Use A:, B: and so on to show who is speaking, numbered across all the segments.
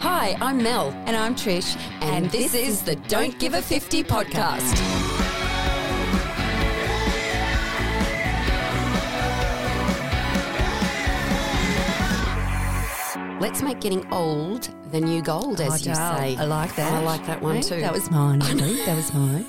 A: Hi, I'm Mel. And I'm Trish. And, this, is the Don't Give a 50 podcast.
B: Let's make getting old the new gold, as
A: Oh,
B: you
A: darl.
B: say.
A: I like that.
B: I like that one
A: Hey,
B: too.
A: That was mine, I think. That was mine.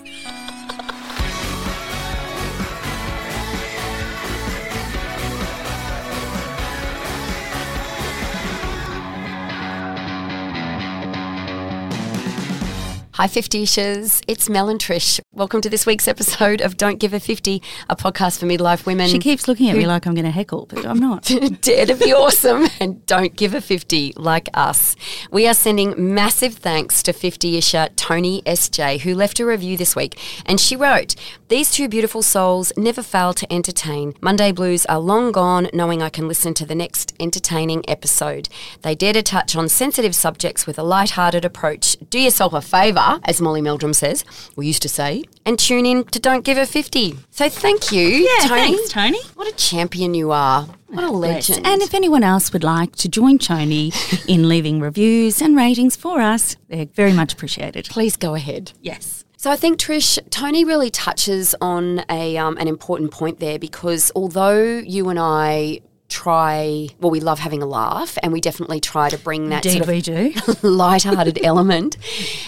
B: Hi, 50 ishers. It's Mel and Trish. Welcome to this week's episode of Don't Give a 50, a podcast for midlife women.
C: She keeps looking at me
B: who-
C: like I'm going to heckle, but I'm not.
B: dare to be awesome and don't give a 50 like us. We are sending massive thanks to 50 isher Tony SJ, who left a review this week. And she wrote, These two beautiful souls never fail to entertain. Monday blues are long gone, knowing I can listen to the next entertaining episode. They dare to touch on sensitive subjects with a light-hearted approach. Do yourself a favour, as Molly Meldrum says, we used to say, and tune in to Don't Give a 50. So thank you,
C: Yeah,
B: Tony.
C: thanks, Tony.
B: What a champion you are. What a legend.
C: And if anyone else would like to join Tony in leaving reviews and ratings for us, they're very much appreciated.
B: please go ahead.
C: Yes.
B: So I think Trish, Tony really touches on a um, an important point there because although you and I try, well, we love having a laugh, and we definitely try to bring that
C: Indeed,
B: sort of
C: we do.
B: light-hearted element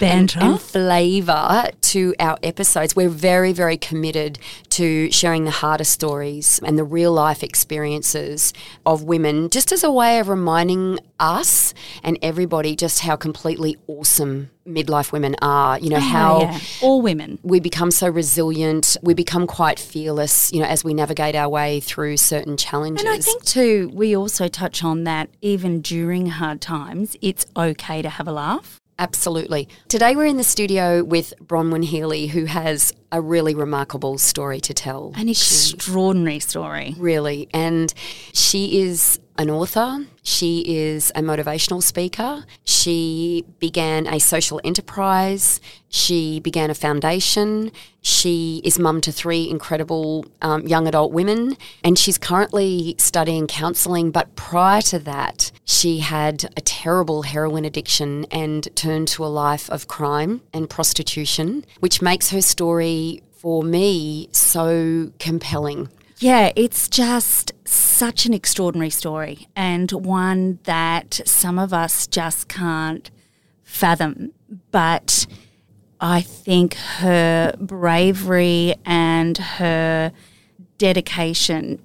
B: and,
C: Banter.
B: and flavour to our episodes. We're very, very committed to sharing the harder stories and the real life experiences of women, just as a way of reminding us and everybody just how completely awesome midlife women are. You know how.
C: Oh, Yeah. All women.
B: We become so resilient. We become quite fearless, you know, as we navigate our way through certain challenges.
C: And I think too, we also touch on that even during hard times, it's okay to have a laugh.
B: Absolutely. Today we're in the studio with Bronwyn Healy, who has a really remarkable story to tell.
C: An extraordinary story.
B: Really. And she is an author. She is a motivational speaker. She began a social enterprise. She began a foundation. She is mum to three incredible um, young adult women. And she's currently studying counselling. But prior to that, she had a terrible heroin addiction and turned to a life of crime and prostitution, which makes her story, for me, so compelling.
C: Yeah, it's just such an extraordinary story and one that some of us just can't fathom. But I think her bravery and her dedication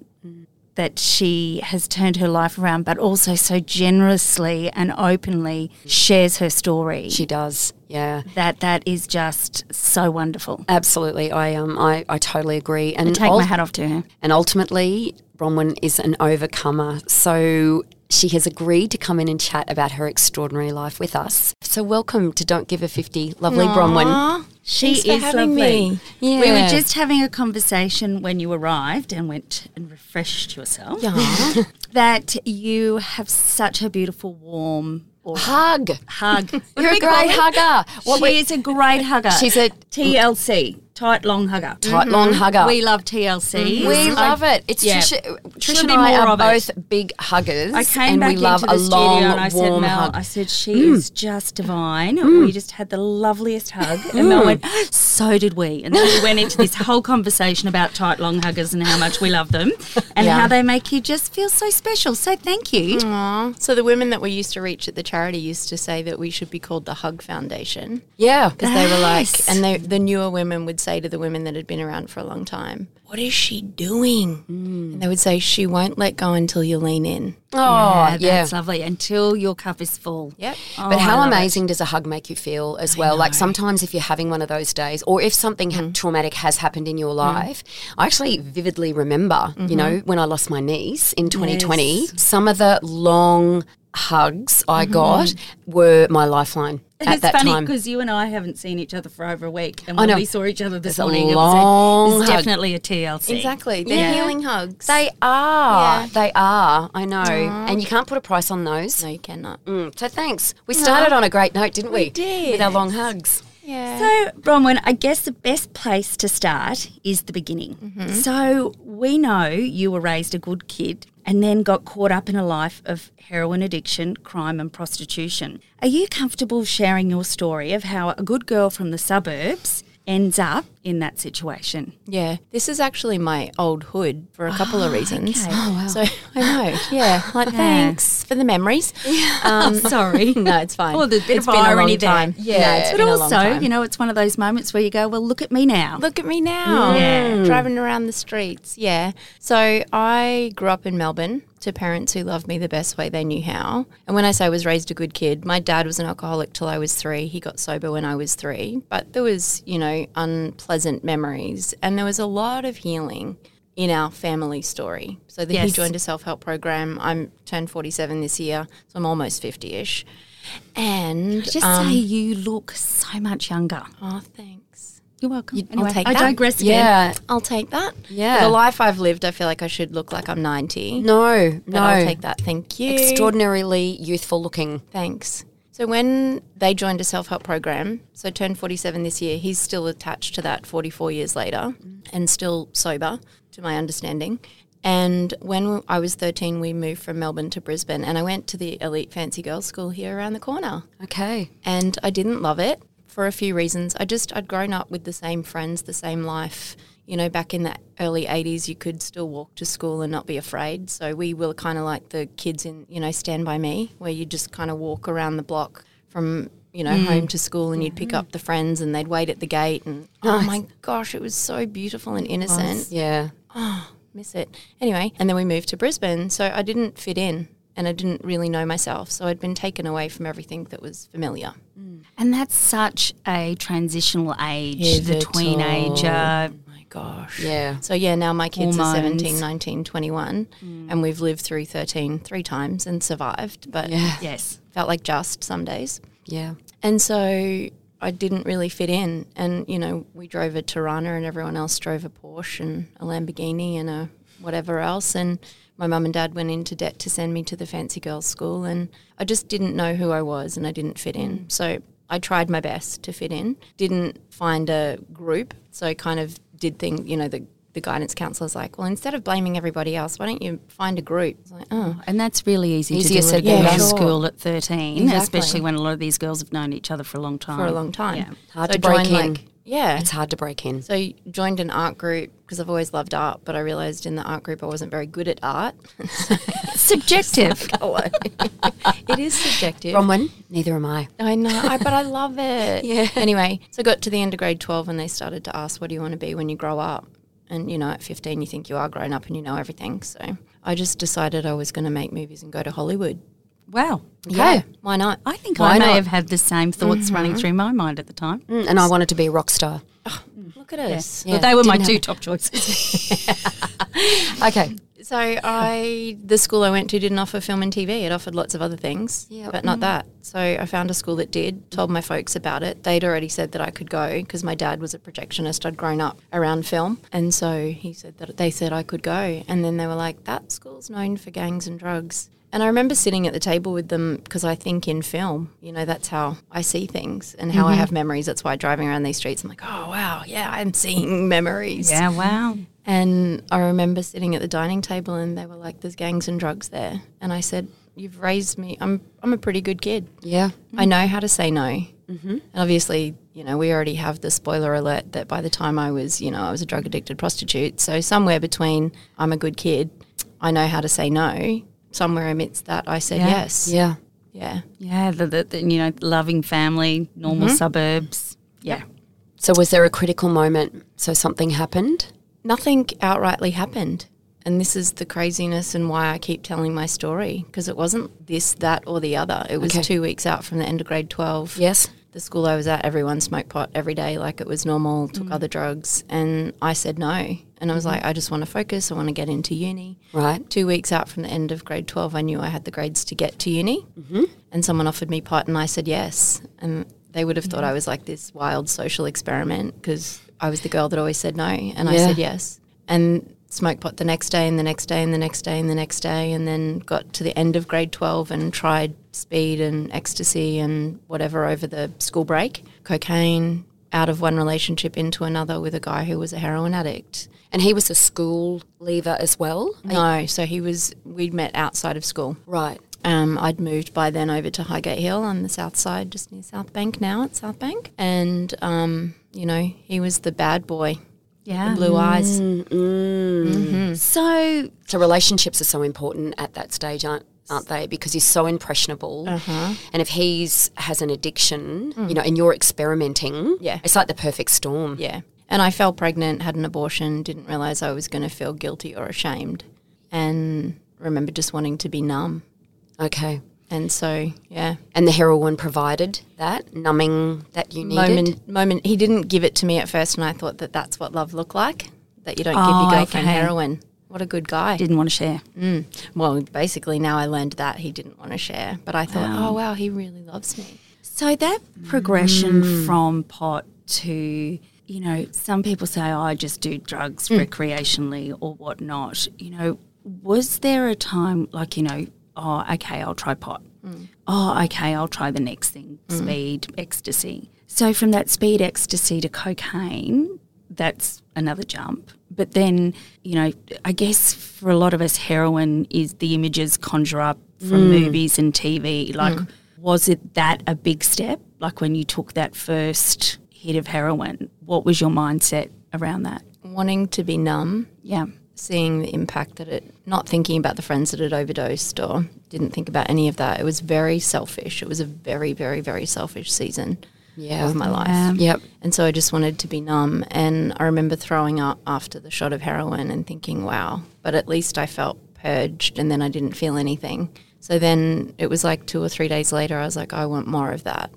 C: that she has turned her life around, but also so generously and openly shares her story.
B: She does, yeah,
C: that that is just so wonderful.
B: absolutely. I um, I, I totally agree. And
C: I take
B: ul-
C: my hat off to her.
B: And ultimately, Bronwyn is an overcomer, so she has agreed to come in and chat about her extraordinary life with us. So welcome to Don't Give a 50, lovely Bronwyn.
C: She
D: Thanks for
C: is
D: having
C: lovely.
D: me.
C: We were
B: Yeah.
C: just having a conversation when you arrived and went and refreshed yourself.
B: Yeah.
C: That you have such a beautiful, warm or
B: Hug.
C: hug. What do
B: You're a
C: we call
B: great
C: it?
B: hugger. What
C: she
B: we-
C: is a great hugger.
B: She's a-
C: TLC, tight long hugger. Mm-hmm.
B: Tight long hugger. Mm-hmm.
C: We love TLC.
B: We love it. It's
C: yeah.
B: Trisha, Trish
C: Should
B: and
C: be
B: I
C: more
B: are
C: of it.
B: both big huggers,
C: I came
B: and
C: back
B: we love
C: into
B: a
C: the
B: long,
C: studio and I
B: warm
C: said, Mel,
B: hug.
C: I said, she is just divine. We just had the loveliest hug. And Mel went, so did we. And then we went into this whole conversation about tight, long huggers and how much we love them and
B: Yeah.
C: how they make you just feel so special. So thank you.
E: So the women that we used to reach at the charity used to say that we should be called the Hug Foundation
B: yeah,
E: because they were like,
C: Nice.
E: and they, the newer women would say to the women that had been around for a long time, "What is she doing?"
C: Mm.
E: And they would say, "She won't let go until you lean in."
B: oh yeah.
C: That's lovely. Until your cup is full.
E: Yep.
B: but
C: I
B: how
C: love it.
B: amazing does a hug make you feel as well? Like sometimes if you're having one of those days, or if something ha- traumatic has happened in your life, I actually vividly remember, you know, when I lost my niece in 2020, some of the long hugs I got were my lifeline at
C: it's
B: that
C: funny
B: time.
C: because you and I haven't seen each other for over a week, and
B: I
C: when
B: know.
C: we saw each other this
B: It's a
C: morning, it
B: long
C: was a, it's
B: hug.
C: definitely a TLC.
E: Exactly, they're
B: Yeah.
E: healing hugs.
B: They are.
E: Yeah.
B: They are. I know. And you can't put a price on those.
E: no, you cannot.
B: Mm, So thanks. We started on a great note, didn't we? We did. With our long hugs.
E: Yeah.
C: So, Bronwyn, I guess the best place to start is the beginning.
E: Mm-hmm.
C: So, we know you were raised a good kid and then got caught up in a life of heroin addiction, crime, and prostitution. Are you comfortable sharing your story of how a good girl from the suburbs ends up in that situation?
E: Yeah, this is actually my old hood for a couple of reasons. Oh wow! So I know. Yeah, like thanks for the memories. Yeah. Um,
C: Sorry.
E: no, it's fine.
C: Well, Oh, there's a bit
E: It's
C: of
E: been a
C: irony
E: long
C: there.
E: time. Yeah, it's
C: but
E: been a long
C: also,
E: time.
C: you know, it's one of those moments where you go, "Well, look at me now."
E: Look at me now, driving around the streets. Yeah. So I grew up in Melbourne to parents who loved me the best way they knew how. And when I say I was raised a good kid, my dad was an alcoholic till I was three. He got sober when I was three. But there was, you know, unpleasant memories. And there was a lot of healing in our family story. So that he
C: Yes.
E: joined a self help program. I'm turned 47 this year, so I'm almost 50 ish. And
C: Just
E: um,
C: say you look so much younger.
E: oh, thanks.
C: You're welcome.
E: I'll take
C: I
E: that.
C: digress again.
B: Yeah.
E: I'll take that.
B: Yeah.
E: For the life I've lived, I feel like I should look like I'm 90.
B: No,
E: But
B: no.
E: I'll take that. Thank you.
B: Extraordinarily youthful looking.
E: Thanks. So when they joined a self-help program, so turned 47 this year, he's still attached to that 44 years later and still sober to my understanding. And when I was 13, we moved from Melbourne to Brisbane and I went to the elite fancy girls school here around the corner
B: Okay.
E: and I didn't love it for a few reasons. I just I'd grown up with the same friends, the same life. You know, back in the early 80s, you could still walk to school and not be afraid. So we were kind of like the kids in, you know, Stand By Me, where you just kind of walk around the block from, you know, home to school and you'd pick up the friends and they'd wait at the gate. And oh my gosh, it was so beautiful and innocent
B: Yeah.
E: miss it. Anyway, and then we moved to Brisbane, so I didn't fit in and I didn't really know myself. So I'd been taken away from everything that was familiar.
C: And that's such a transitional age, the
E: Pivotal.
C: teenager.
E: My gosh.
B: Yeah.
E: So yeah, now my kids are
C: Hormones.
E: 17, 19, 21 and we've lived through 13 three times and survived, but
C: Yes.
E: felt like just some days.
B: Yeah.
E: And so I didn't really fit in. And, you know, we drove a Tirana and everyone else drove a Porsche and a Lamborghini and a whatever else. And my mum and dad went into debt to send me to the fancy girls' school. And I just didn't know who I was and I didn't fit in. So I tried my best to fit in, didn't find a group. So I kind of did things, you know, the, the guidance counselor's like, well, instead of blaming everybody else, why don't you find a group? It's like, oh,
C: And that's really easy
B: Easier
C: to
B: said
C: do at
B: than
C: girls'
B: done.
C: school at 13,
E: Exactly.
C: especially when a lot of these girls have known each other for a long time.
E: for a long time.
C: Yeah.
B: Hard
E: So
B: to
E: I
B: break
E: joined,
B: in.
E: like- yeah.
B: It's hard to break in.
E: So I joined an art group because I've always loved art, but I realized in the art group I wasn't very good at art.
C: Subjective.
E: it is subjective.
B: Bronwyn, neither am I.
E: I know, I, but I love it. yeah. Anyway, so I got to the end of grade 12 and they started to ask, what do you want to be when you grow up? And, you know, at 15, you think you are grown up and you know everything. So I just decided I was going to make movies and go to Hollywood.
C: wow.
E: Yeah. Why not?
C: I think
B: Why
C: I may
B: not?
C: have had the same thoughts running through my mind at the time.
B: Mm, And I wanted to be a rock star.
E: Look at us.
C: But they were my
B: Didn't
C: two
B: have-
C: top choices.
B: Okay.
E: So I, the school I went to didn't offer film and TV. It offered lots of other things,
B: Yeah.
E: but not that. So I found a school that did. Told my folks about it. They'd already said that I could go because my dad was a projectionist. I'd grown up around film, and so he said that they said I could go. And then they were like, "That school's known for gangs and drugs." And I remember sitting at the table with them because I think in film, you know, that's how I see things and how I have memories. That's why driving around these streets, I'm like, oh, wow, yeah, I'm seeing memories.
F: Yeah, wow.
E: And I remember sitting at the dining table and they were like, there's gangs and drugs there. And I said, you've raised me. I'm, I'm a pretty good kid.
B: Yeah.
E: I know how to say no. Mm-hmm. And obviously, you know, we already have the spoiler alert that by the time I was, you know, I was a drug addicted prostitute. So somewhere between I'm a good kid, I know how to say no. Somewhere amidst that, I said
F: Yeah.
E: yes.
B: Yeah.
E: Yeah.
F: Yeah, the, the, the, you know, loving family, normal
C: Mm-hmm.
F: suburbs. Yeah.
B: So was there a critical moment? So something happened?
E: Nothing outrightly happened. And this is the craziness and why I keep telling my story because it wasn't this, that, or the other. It was
B: Okay.
E: two weeks out from the end of grade 12.
B: Yes.
E: the school I was at, everyone smoked pot every day, like it was normal, took other drugs. And I said no. And I was like, I just want to focus. I want to get into uni.
B: Right.
E: Two weeks out from the end of grade 12, I knew I had the grades to get to uni. Mm-hmm. And someone offered me pot, and I said yes. And they would have thought I was like this wild social experiment because I was the girl that always said no. And I
B: Yeah.
E: said yes. And smoked pot the next day, and the next day, and the next day, and the next day. And then got to the end of grade 12 and tried speed and ecstasy and whatever over the school break, cocaine. Out of one relationship into another with a guy who was a heroin addict.
B: And he was a school leaver as well?
E: No, so he was, we'd met outside of school.
B: Right.
E: Um, I'd moved by then over to Highgate Hill on the south side, just near South Bank now at South Bank. And, um, you know, he was the bad boy, the
F: Yeah. Mm,
E: blue eyes. Mm-hmm.
B: So So relationships are so important at that stage, aren't aren't they? Because he's so impressionable. And if he's has an addiction, you know, and you're experimenting,
E: Yeah.
B: it's like the perfect storm.
E: Yeah. And I fell pregnant, had an abortion, didn't realize I was going to feel guilty or ashamed. And remember just wanting to be numb.
B: Okay.
E: And so, yeah,
B: And the heroin provided that numbing that you needed.
E: moment, moment. He didn't give it to me at first, and I thought that that's what love looked like. That you don't give
F: Oh,
E: your girlfriend
F: okay.
E: heroin. What a good guy.
F: Didn't want to share.
E: Well, basically, now I learned that he didn't want to share, but I thought, oh, wow, he really loves me.
F: So that progression from pot to, you know, some people say, oh, I just do drugs recreationally or whatnot. You know, was there a time like, you know, oh, okay, I'll try pot. Oh, okay, I'll try the next thing, speed, ecstasy. So from that speed ecstasy to cocaine, that's another jump. But then, you know, I guess for a lot of us, heroin is the images conjure up from movies and TV. Like, was it that a big step? Like, when you took that first hit of heroin, what was your mindset around that?
E: Wanting to be numb,
F: Yeah.
E: seeing the impact that it, not thinking about the friends that had overdosed or didn't think about any of that. It was very selfish. It was a very, very, very selfish season
B: yeah.
E: of my life.
B: Yep.
E: And so I just wanted to be numb. And I remember throwing up after the shot of heroin and thinking, wow, but at least I felt purged and then I didn't feel anything. So then it was like two or three days later, I was like, I want more of that.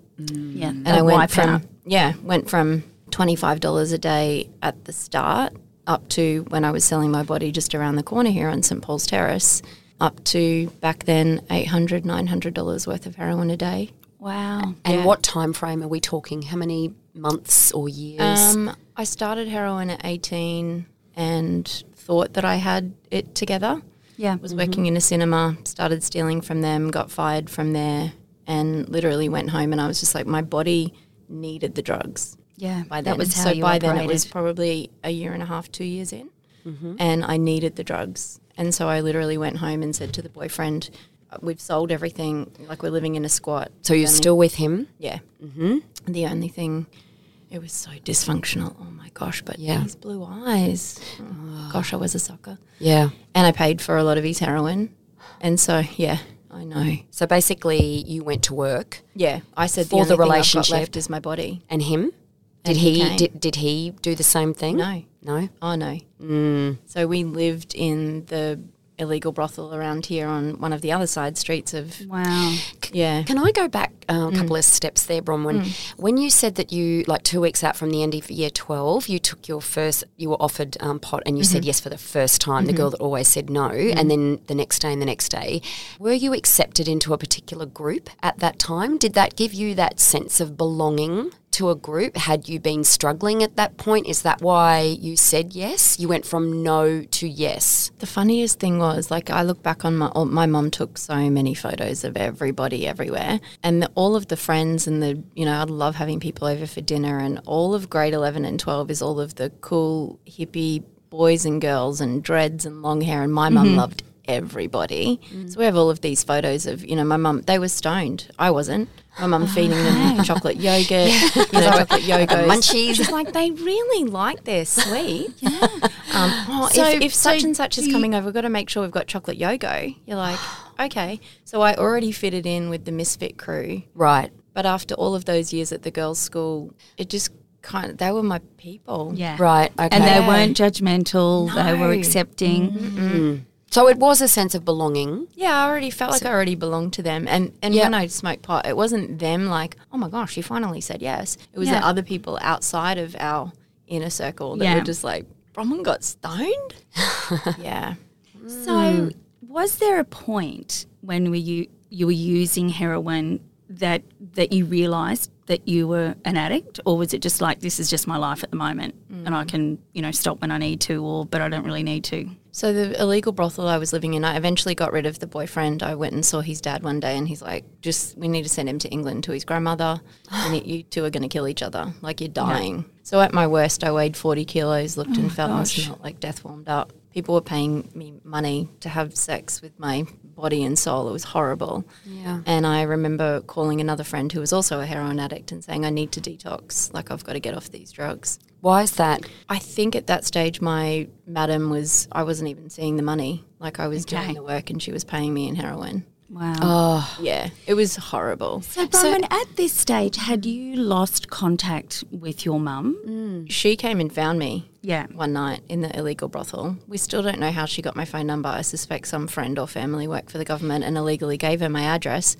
F: Yeah.
E: and Mm. I went from yeah, went from twenty five dollars a day at the start up to when I was selling my body just around the corner here on St Paul's Terrace, up to back then $800, 900 dollars worth of heroin a day.
F: Wow.
B: And what time frame are we talking? How many months or years?
E: Um, I started heroin at eighteen and thought that I had it together.
F: Yeah.
E: was working in a cinema, started stealing from them, got fired from there, and literally went home. And I was just like, my body needed the drugs.
F: Yeah.
E: by then.
F: That was how
E: so
F: you
E: by then it was
F: operated.
E: probably a year and a half, two years in,
B: Mm-hmm.
E: and I needed the drugs, and so I literally went home and said to the boyfriend, "Uh, "We've sold everything. Like we're living in a squat."
B: so you're still with him?
E: yeah. Mm-hmm. The only thing, it was so dysfunctional. Oh my gosh! But
B: Yeah.
E: these blue eyes. Oh, Gosh, I was a sucker,
B: Yeah.
E: and I paid for a lot of his heroin, and so yeah, I know.
B: So basically, you went to work,
E: Yeah, I said
B: Mm. For the
E: the, only thing I've got
B: relationship.
E: left is my body.
B: and him? Did
E: he
B: he
E: came.
B: did, did he do the same thing?
E: No.
B: No.
E: Oh no. So we lived in the illegal brothel around here on one of the other side streets of
F: Wow.
E: yeah.
B: Can I go back
C: Mm.
B: uh, a couple of steps there, Bronwyn. When you said that you, like two weeks out from the end of year 12, you took your first, you were offered um, pot and you said
C: Mm-hmm.
B: yes for the first time, the girl that always said no,
C: Mm.
B: and then the next day and the next day, were you accepted into a particular group at that time? Did that give you that sense of belonging? To a group, had you been struggling at that point? Is that why you said yes? You went from no to yes.
E: The funniest thing was, like, I look back on my oh, my mom took so many photos of everybody everywhere, and the, all of the friends and the you know I love having people over for dinner, and all of grade eleven and twelve is all of the cool hippie boys and girls and dreads and long hair, and my mum loved everybody. So we have all of these photos of you know my mum. They were stoned. I wasn't. My mum feeding them chocolate yogurt, you know, chocolate yogos.
B: munchies.
E: She's like, they really like their sweet. yeah. Um, oh,
C: So-
E: if, if
C: so
E: such and such is
C: do you-
E: coming over, we've got to make sure we've got chocolate yogo. You're like, okay. So I already fitted in with the misfit crew,
B: Right.
E: but after all of those years at the girls' school, it just kind of they were my people.
C: Yeah.
B: Right. Okay.
C: And they weren't judgmental. They were accepting.
E: Mm-hmm.
B: So it was a sense of belonging.
E: Yeah, I already felt like I already belonged to them. And and
B: Yeah.
E: when I smoked pot, it wasn't them like, oh my gosh, you finally said yes. It was
C: Yeah.
E: the other people outside of our inner circle that
C: Yeah.
E: were just like, Bronwyn got stoned? yeah.
C: So, was there a point when were you you were using heroin that that you realised that you were an addict, or was it just like this is just my life at the moment, and
E: Mm.
C: I can you know stop when I need to, or but I don't really need to.
E: So the illegal brothel I was living in, I eventually got rid of the boyfriend. I went and saw his dad one day, and he's like, "Just we need to send him to England to his grandmother, and it- you two are going to kill each other. Like you're dying." So at my worst, I weighed forty kilos, looked and felt and smelled like death warmed up. People were paying me money to have sex with my body and soul. It was horrible. Yeah. And I remember calling another friend who was also a heroin addict and saying, "I need to detox. Like I've got to get off these drugs."
B: Why is that?
E: I think at that stage, my madam was, I wasn't even seeing the money. Like I was doing the work and she was paying me in heroin.
C: Wow.
E: Oh, Yeah, it was horrible.
C: so, Bronwyn, at this stage, had you lost contact with your mum?
E: She came and found me
C: Yeah.
E: one night in the illegal brothel. We still don't know how she got my phone number. I suspect some friend or family worked for the government and illegally gave her my address.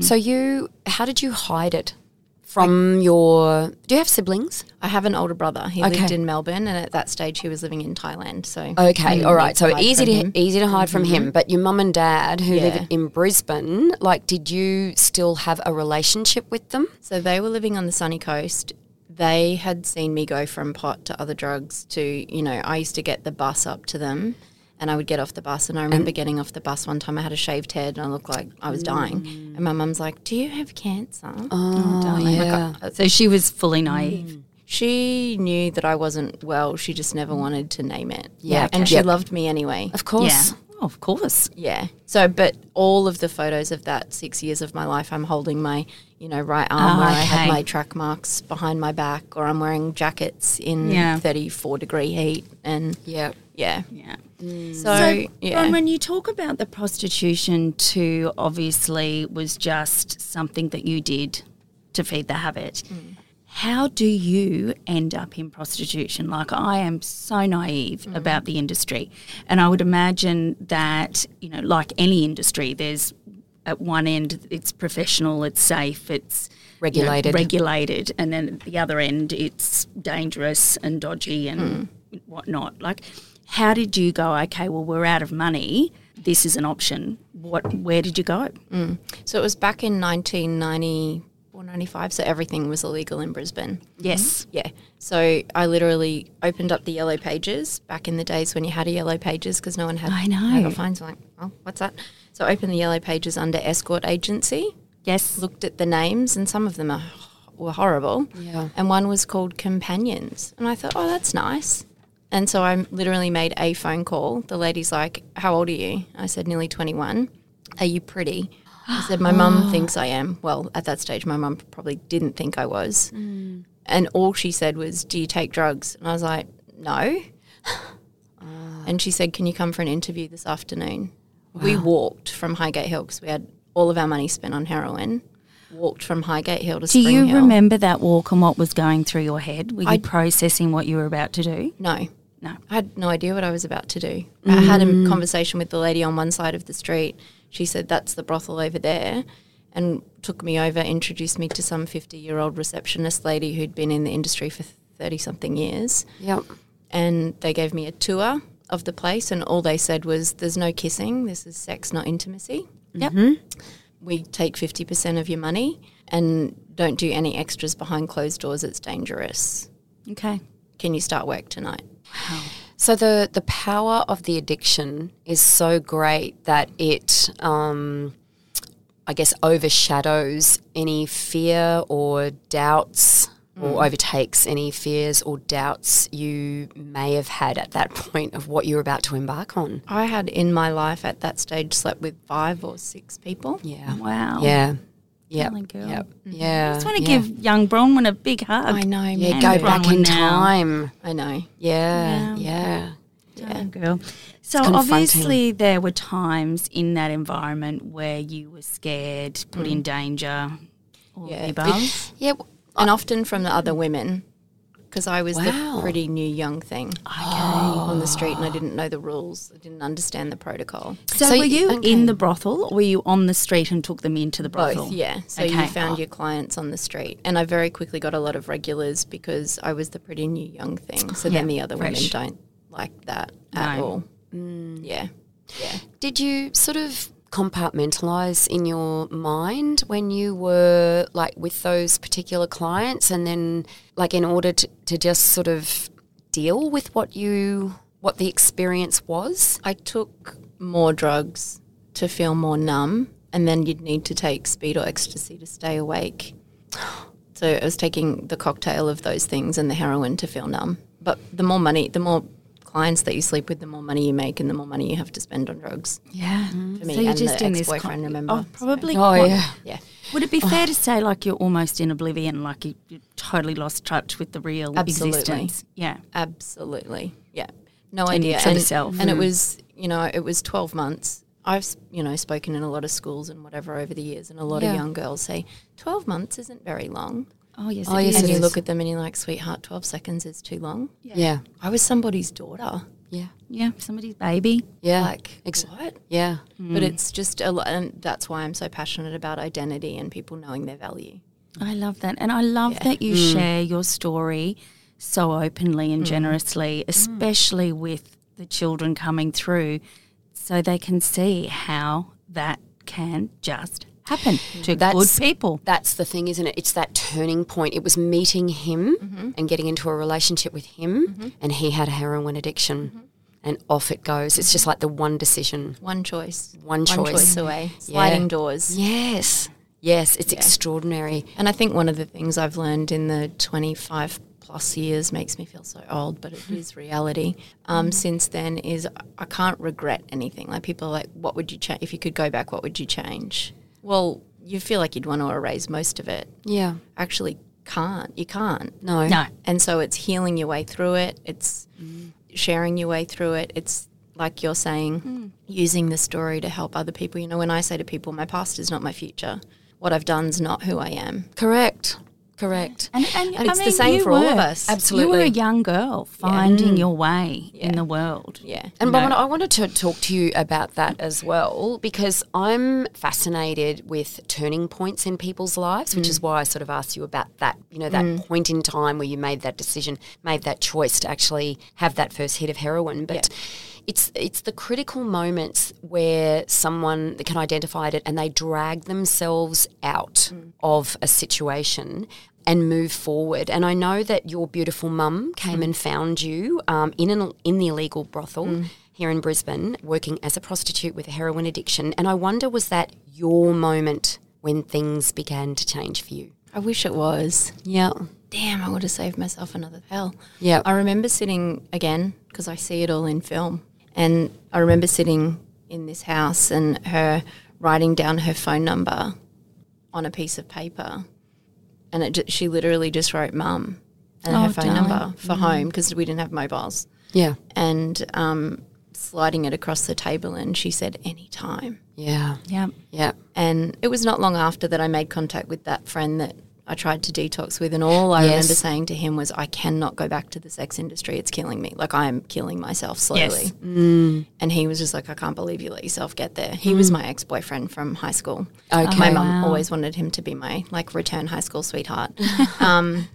B: So you, how did you hide it from your? Do you have siblings?
E: I have an older brother. He lived
B: Okay.
E: in Melbourne and at that stage he was living in Thailand. So
B: Okay, all right. So
E: Mm, hide
B: easy
E: from
B: to
E: him. Mm-hmm.
B: easy to hide from him, but your mum and dad who
E: Yeah.
B: live in Brisbane, like, did you still have a relationship with them?
E: So they were living on the sunny coast. They had seen me go from pot to other drugs to, you know, I used to get the bus up to them and I would get off the bus. And I remember getting off the bus one time. I had a shaved head and I looked like I was dying. And my mum's like, Do you have cancer?
C: Oh, yeah. So she was fully naive.
E: Mm. She knew that I wasn't well. She just never wanted to name it.
B: Yeah, okay.
E: And she
B: Yep.
E: loved me anyway.
B: Of course.
C: Yeah. Oh, of course.
E: Yeah. So, but all of the photos of that six years of my life, I'm holding my, you know, right arm
C: Oh,
E: where I had
C: okay.
E: my track marks behind my back, or I'm wearing jackets in
C: Yeah.
E: 34 degree heat, and
B: Yeah.
E: yeah.
C: Yeah.
E: So,
C: So,
E: yeah.
C: Bronwyn, you talk about the prostitution too, obviously, was just something that you did to feed the habit. How do you end up in prostitution? Like, I am so naive about the industry. And I would imagine that, you know, like any industry, there's at one end, it's professional, it's safe, it's you know,
B: Regulated.
C: regulated. And then at the other end, it's dangerous and dodgy and whatnot. Like, how did you go? Okay, well, we're out of money. This is an option. What? Where did you go?
E: so it was back in 1994, 95. So everything was illegal in Brisbane. Mm-hmm.
C: Yes.
E: Yeah. So I literally opened up the yellow pages back in the days when you had a yellow pages because no one had.
C: I know.
E: I got fines. Like, oh, what's that? So I opened the yellow pages under escort agency.
C: Yes.
E: looked at the names, and some of them are, were horrible. Yeah. And one was called Companions. And I thought, oh, that's nice. And so I literally made a phone call. The lady's like, how old are you? I said, nearly 21. Are you pretty? I said, my mum thinks I am. Well, at that stage, my mum probably didn't think I was. And all she said was, do you take drugs? And I was like, no.
C: Ah.
E: And she said, Can you come for an interview this afternoon? We walked from Highgate Hill because we had all of our money spent on heroin. Walked from Highgate Hill to
C: Do
E: Spring
C: you
E: Hill.
C: remember that walk and what was going through your head? Were you processing what you were about to do?
E: No.
C: No. Mm.
E: I had no idea what I was about to do. I had a conversation with the lady on one side of the street. She said, That's the brothel over there. and took me over, introduced me to some 50 year old receptionist lady who'd been in the industry for 30 something years.
B: Yep.
E: And they gave me a tour of the place, and all they said was, There's no kissing, this is sex, not intimacy.
B: Yep.
F: Mm-hmm.
E: We take 50% of your money and don't do any extras behind closed doors, it's dangerous.
F: Okay.
E: Can you start work tonight?
B: So the the power of the addiction is so great that it, um, I guess, overshadows any fear or doubts. Or overtakes any fears or doubts you may have had at that point of what you're about to embark on.
E: I had in my life at that stage slept with five or six people.
B: Yeah.
F: Wow.
B: Yeah. Yeah.
F: Darling girl.
B: Yep. Yeah.
F: I Mm-hmm. just want to
B: yeah.
F: give young Bronwyn a big hug.
E: I know, man.
B: Yeah,
F: And
B: go
F: the wrong
B: back
F: one
B: in
F: now.
B: time.
E: I know.
B: Yeah. Yeah.
F: Darling girl. So
B: confronting.
F: obviously there were times in that environment where you were scared, put in danger, all
E: Yeah.
F: the above.
B: Yeah.
E: and often from the other women because I was
B: Wow.
E: the pretty new young thing on the street and I didn't know the rules. I didn't understand the protocol.
F: So,
B: So
F: were you
B: you- okay.
F: in the brothel or were you on the street and took them into the brothel?
E: Both, yeah. So you
F: Okay.
E: found your clients on the street. And I very quickly got a lot of regulars because I was the pretty new young thing. So then the other
F: fresh.
E: women don't like that at
F: No. Mm.
E: all. Yeah.
B: Did you sort of compartmentalize in your mind when you were like with those particular clients and then like in order to, to just sort of deal with what you what the experience was?
E: I took more drugs to feel more numb, and then you'd need to take speed or ecstasy to stay awake. So I was taking the cocktail of those things and the heroin to feel numb. But the more money, the more clients that you sleep with, the more money you make, and the more money you have to spend on drugs.
F: Yeah.
E: For me
F: so you're
E: and
F: just
E: the
F: in this
E: ex-boyfriend, remember?
F: Oh, probably.
B: Oh,
F: quite-
B: yeah.
E: Yeah,
F: Would it be fair to say like you're almost in oblivion, like you, you totally lost touch with the real
E: Absolutely.
F: existence? Yeah.
E: absolutely. Yeah, no
F: And
E: idea.
F: for
E: and,
F: yourself.
B: Mm.
E: and it was, you know, it was twelve months. I've s- you know spoken in a lot of schools and whatever over the years, and a lot
B: Yeah.
E: of young girls say twelve months isn't very long.
F: Oh yes.
B: Oh,
F: it
B: yes,
F: is.
E: and
B: it
E: you
B: is.
E: look at them and you're like, sweetheart, 12 seconds is too long.
B: Yeah.
E: I was somebody's daughter.
B: Yeah.
F: Yeah, somebody's baby.
B: Yeah.
E: Like,
B: Ex- Mm.
E: what?
B: yeah.
E: But it's just a lot. And that's why I'm so passionate about identity and people knowing their value.
F: I love that. And I love that you share your story so openly and generously, especially with the children coming through, so they can see how that can just happen to good
B: That's-
F: people.
B: That's the thing, isn't it? It's that turning point. It was meeting him and getting into a relationship with him, and he had a heroin addiction, and off it goes. It's just like the one decision.
E: One choice.
B: One
E: One
B: choice.
E: choice away.
B: Yeah.
E: Sliding doors.
B: Yes, yes, it's extraordinary.
E: And I think one of the things I've learned in the 25 plus years makes me feel so old, but it is reality. Um, Since then, is I can't regret anything. Like people are like, what would you change? If you could go back, what would you change? Well, you feel like you'd want to erase most of it.
B: Yeah,
E: actually can't. You can't.
B: no,
F: No.
E: And so it's healing your way through it. It's sharing your way through it. It's like you're saying, using the story to help other people. You know, when I say to people, my past is not my future. What I've done's not who I am.
B: correct, correct.
F: And, and,
E: And
F: I
E: it's the
F: mean,
E: same
F: you
E: for all of
F: were- Mm. You
E: us.
F: were
B: Absolutely.
F: a young girl finding your way in the world.
E: Yeah.
B: And Bhavana, I wanted to talk to you about that as well because I'm fascinated with turning points in people's lives, which is why I sort of asked you about that, you know, that point in time where you made that decision, made that choice to actually have that first hit of heroin. But it's it's the critical moments where someone can identify it and they drag themselves out of a situation and move forward. And I know that your beautiful mum came and found you um, in an, in the illegal brothel here in Brisbane, working as a prostitute with a heroin addiction. And I wonder, was that your moment when things began to change for you?
E: I wish it was.
B: Yeah,
E: Damn, I would have saved myself another hell.
B: yeah,
E: I remember sitting again because I see it all in film, and I remember sitting in this house and her writing down her phone number on a piece of paper, and it ju- she literally just wrote "mum" and her
F: Oh,
E: phone
F: darling.
E: number for home because we didn't have mobiles,
B: yeah,
E: and um, sliding it across the table, and she said "anytime."
B: yeah,
F: Yeah.
B: yeah.
E: And it was not long after that I made contact with that friend that I tried to detox with, and all I remember
B: Yes.
E: saying to him was, "I cannot go back to the sex industry. It's killing me. Like I am killing myself slowly."
C: Yes.
E: And he was just like, "I can't believe you let yourself get there." He was my ex boyfriend from high school.
B: Okay.
E: my mum always wanted him to be my like return high school sweetheart. um,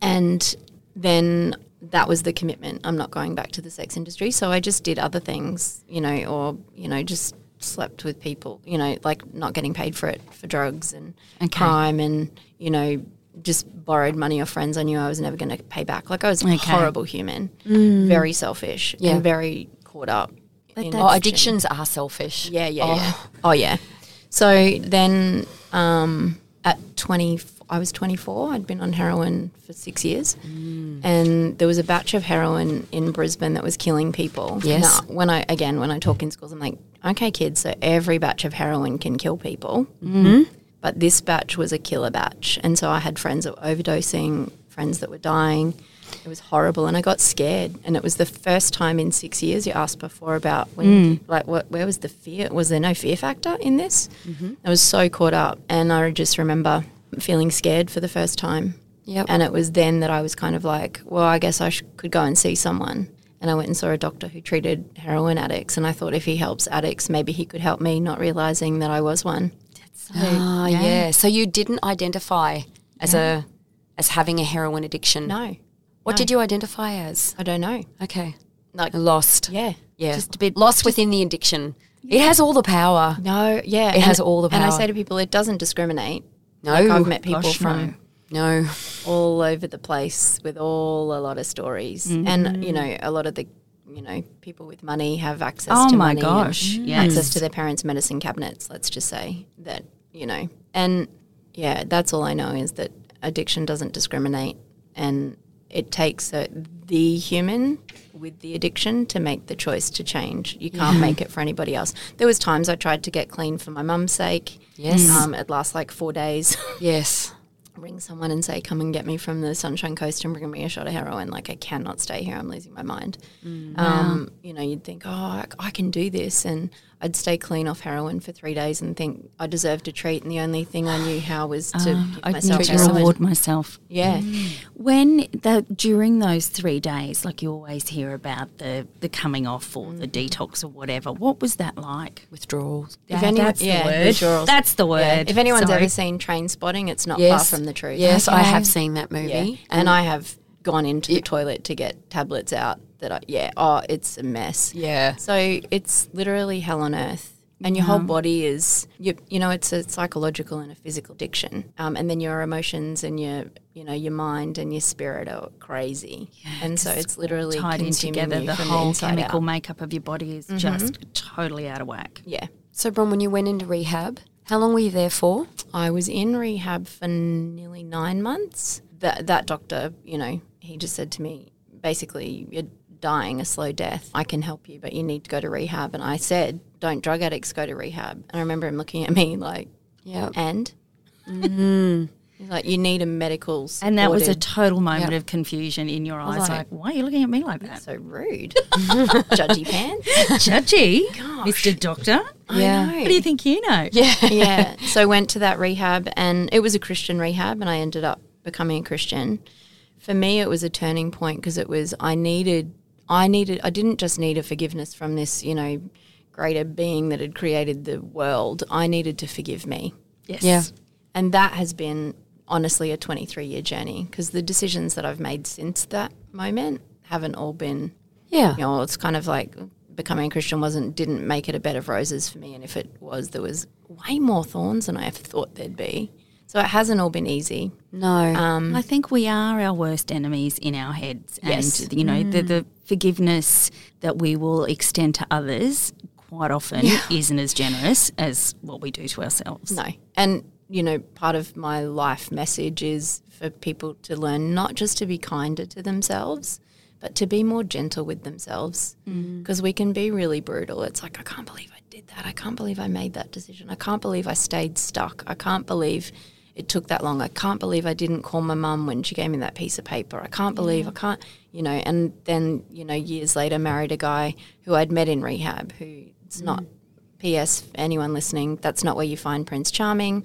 E: and then that was the commitment. I'm not going back to the sex industry. So I just did other things, you know, or you know, just slept with people, you know, like not getting paid for it for drugs and crime, and you know, just borrowed money off friends I knew I was never going to pay back. Like I was a horrible human, very selfish,
B: Mm. Yeah.
E: and very caught up. in
B: Oh, addictions are selfish.
E: yeah, yeah,
B: Oh,
E: yeah. Oh, yeah. So then um, at 20, I was 24. I'd been on heroin for six years. And there was a batch of heroin in Brisbane that was killing people.
B: Yes.
E: Now, when I, again, when I talk in schools, I'm like, okay, kids, so every batch of heroin can kill people. But this batch was a killer batch. And so I had friends that were overdosing, friends that were dying. It was horrible. And I got scared. And it was the first time in six years you asked before about when, like, what, where was the fear? Was there no fear factor in this? I was so caught up. And I just remember feeling scared for the first time.
B: Yep.
E: And it was then that I was kind of like, well, I guess I sh- could go and see someone. And I went and saw a doctor who treated heroin addicts. And I thought if he helps addicts, maybe he could help me, not realizing that I was one.
B: Ah, yeah. So you didn't identify as a as having a heroin addiction.
E: No,
B: What did you identify as?
E: I don't know.
B: Okay.
E: Like,
B: Lost.
E: yeah.
B: Yeah.
C: Just a bit-
B: lost within the addiction. It has all the power.
E: No, yeah.
B: It has all the
E: And I
B: power.
E: say to people, it doesn't discriminate.
B: No.
E: Like, I've met people
C: gosh,
E: from
C: no.
B: No.
E: all over the place with all a lot of stories.
C: Mm-hmm.
E: And, you know, a lot of the, you know, people with money have access
C: Oh
E: to
C: my
E: money
C: gosh, Mm.
E: and
C: yes.
E: access to their parents' medicine cabinets, let's just say that, you know. And yeah, that's all I know is that addiction doesn't discriminate and it takes a, the human with the addiction to make the choice to change. You can't make it for anybody else. There was times I tried to get clean for my mum's sake.
B: Yes.
E: Um, it lasts like four days
B: Yes.
E: ring someone and say, "Come and get me from the Sunshine Coast and bring me a shot of heroin." Like I cannot stay here. I'm losing my mind.
C: Mm.
E: Um, you know, you'd think, "Oh, I, I can do this," and I'd stay clean off heroin for three days and think I deserved a treat. And the only thing I knew how was to
B: Um,
E: give
C: I
E: myself
C: need to
E: heroin.
C: reward myself.
E: Yeah,
C: Mm. When the during those three days, like you always hear about the the coming off or
F: Mm.
C: the detox or whatever, what was that like?
B: Withdrawals.
C: That-
E: anyone-
C: that's
E: yeah,
C: the word.
E: withdrawals.
C: That's the word.
E: Yeah. If anyone's
C: Sorry.
E: ever seen Train Spotting, it's not
B: Yes.
E: far from the truth.
B: Yes, I have
C: Okay.
B: seen that movie.
E: Yeah. And I have gone into the toilet to get tablets out that I, yeah, oh, it's a mess.
B: Yeah.
E: So it's literally hell on earth. And your whole
C: Mm-hmm.
E: body is, you, you know, it's a psychological and a physical addiction. Um, and then your emotions and your, you know, your mind and your spirit are crazy. and so it's literally
C: tied in
E: consuming
C: together,
E: you
C: the Mm-hmm.
E: from
C: whole
E: inside
C: chemical
E: out.
C: makeup of your body is just totally out of whack.
E: Yeah.
B: So, Bron, when you went into rehab, how long were you there for?
E: I was in rehab for nearly nine months. That that doctor, you know, he just said to me, basically, you're dying a slow death. I can help you, but you need to go to rehab. And I said, don't drug addicts go to rehab. And I remember him looking at me like,
B: Yeah.
E: and.
B: Mm-hmm.
E: He's like you need a medical,
C: And that was a
E: supported-
C: total moment of confusion in your eyes. Like,
E: like-
C: why are you looking at me like that?
E: so rude, judgy pants.
C: Judgy, Mr. Doctor.
B: Yeah.
C: What do you think you know?
B: Yeah.
E: yeah. So I went to that rehab and it was a Christian rehab and I ended up becoming a Christian. For me it was a turning point because it was I needed I needed I didn't just need a forgiveness from this, you know, greater being that had created the world. I needed to forgive me.
C: Yes.
B: Yeah.
E: And that has been honestly a 23 year journey because the decisions that I've made since that moment haven't all been
B: Yeah.
E: you know, it's kind of like becoming a Christian wasn't didn't make it a bed of roses for me. And if it was, there was way more thorns than I ever thought there'd be. So it hasn't all been easy.
B: No.
C: I think we are our worst enemies in our heads.
E: Yes.
C: And, you know, the, the forgiveness that we will extend to others quite often isn't as generous as what we do to ourselves.
E: No. And, you know, part of my life message is for people to learn not just to be kinder to themselves, but to be more gentle with themselves. Because we can be really brutal. It's like, I can't believe I did that. I can't believe I made that decision. I can't believe I stayed stuck. I can't believe it took that long. I can't believe I didn't call my mum when she gave me that piece of paper. I can't believe I can't, you know. And then, you know, years later, married a guy who I'd met in rehab who it's not P.S. For anyone listening, that's not where you find Prince Charming.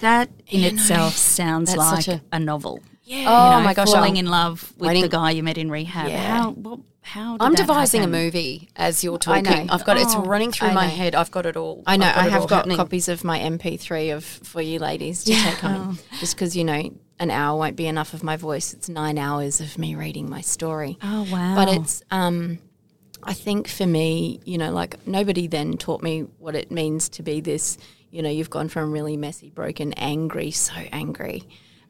C: That in itself sounds like a, novel.
E: Yeah.
C: You
E: Oh
C: know,
E: my gosh,
C: falling
E: I'll-
C: in love with
B: waiting-
C: the guy you met in rehab.
B: Yeah.
C: How? What, how? Did
B: I'm
C: that
B: devising
C: happen?
B: a movie as you're
C: I
B: talking.
C: know.
B: I've got it's
C: Oh,
B: running through
C: I
B: my
C: know.
B: head. I've got it all.
E: I know.
B: I've
E: I
B: it
E: have
B: all
E: got
B: happening.
E: copies of my MP3 of for you ladies to take home,
C: oh.
E: just because you know an hour won't be enough of my voice. It's nine hours of me reading my story.
C: Oh wow!
E: But it's, um, I think for me, you know, like nobody then taught me what it means to be this, you know, you've gone from really messy, broken, angry, so angry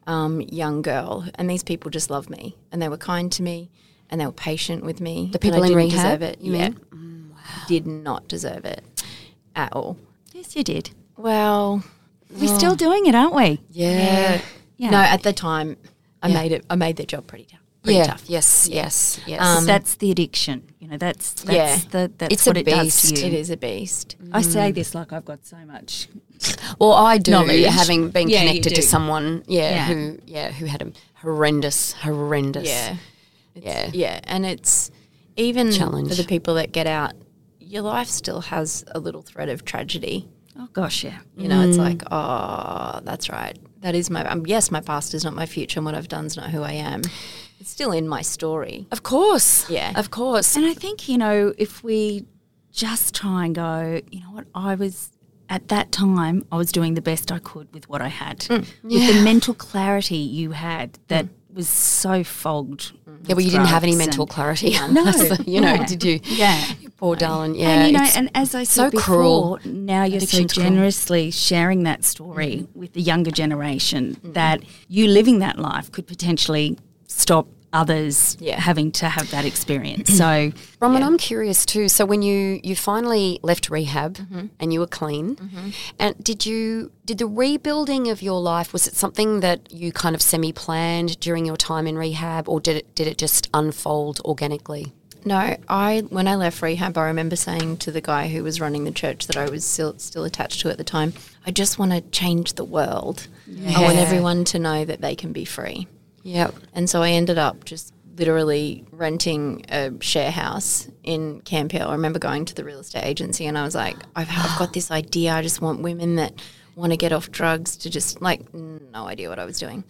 E: um, young girl. And these people just love me. And they were kind to me and they were patient with me.
B: The people
E: and I
B: in
E: didn't
B: rehab,
E: deserve it.
B: you
E: yeah.
B: mean?
E: Did not deserve it at all.
C: yes, you did.
E: Well,
C: We're still doing it, aren't we?
B: Oh. yeah,
C: Yeah.
E: no, at the time, I made it, I made their job pretty tough. Pretty
B: yeah, Um,
E: tough.
B: yes, yes, yes.
C: But that's the addiction. You know, that's, that's
E: Yeah.
C: the, that's
B: It's a
C: what it does
B: beast.
C: to you.
E: It is a beast.
C: I say this like I've got so much.
B: well, I do
C: Knowledge.
B: having been
C: Yeah, you
B: connected to
C: do.
B: someone, yeah,
C: Yeah.
B: who, yeah, who had a horrendous, horrendous.
E: Yeah.
B: yeah,
E: Yeah, and it's even
B: Challenge.
E: for the people that get out, your life still has a little thread of tragedy.
C: Oh gosh, yeah.
E: You know, it's like, oh, that's right. That is my um, yes, my past is not my future, and what I've done is not who I am. It's still in my story.
B: Of course,
E: Yeah.
B: of course.
C: And I think, you know, if we just try and go, you know what, I was at that time, I was doing the best I could with what I had.
B: Mm.
C: With the mental clarity you had that was so fogged.
B: Yeah, well, you didn't have any
C: drugs
B: mental
C: and-
B: clarity.
C: No,
B: That's the- you know,
C: no.
B: did you?
C: Yeah.
B: You poor darling. Yeah,
C: and you know,
B: it's-
C: and as I
B: so
C: said
B: cruel.
C: before, now you're
B: Addiction's
C: so
B: cruel. Mm.
C: generously sharing that story with the younger generation
B: Mm-hmm.
C: that you living that life could potentially stop others
E: Yeah.
C: having to have that experience. so
B: Roman, I'm curious too. So when you you finally left rehab
E: Mm-hmm.
B: and you were clean, and did you did the rebuilding of your life was it something that you kind of semi planned during your time in rehab, or did it did it just unfold organically?
E: No, I when I left rehab, I remember saying to the guy who was running the church that I was still, still attached to at the time, I just want to change the world. I want everyone to know that they can be free.
B: Yep.
E: And so I ended up just literally renting a share house in Camp Hill. I remember going to the real estate agency and I was like, I've, I've got this idea. I just want women that want to get off drugs to just like, no idea what I was doing.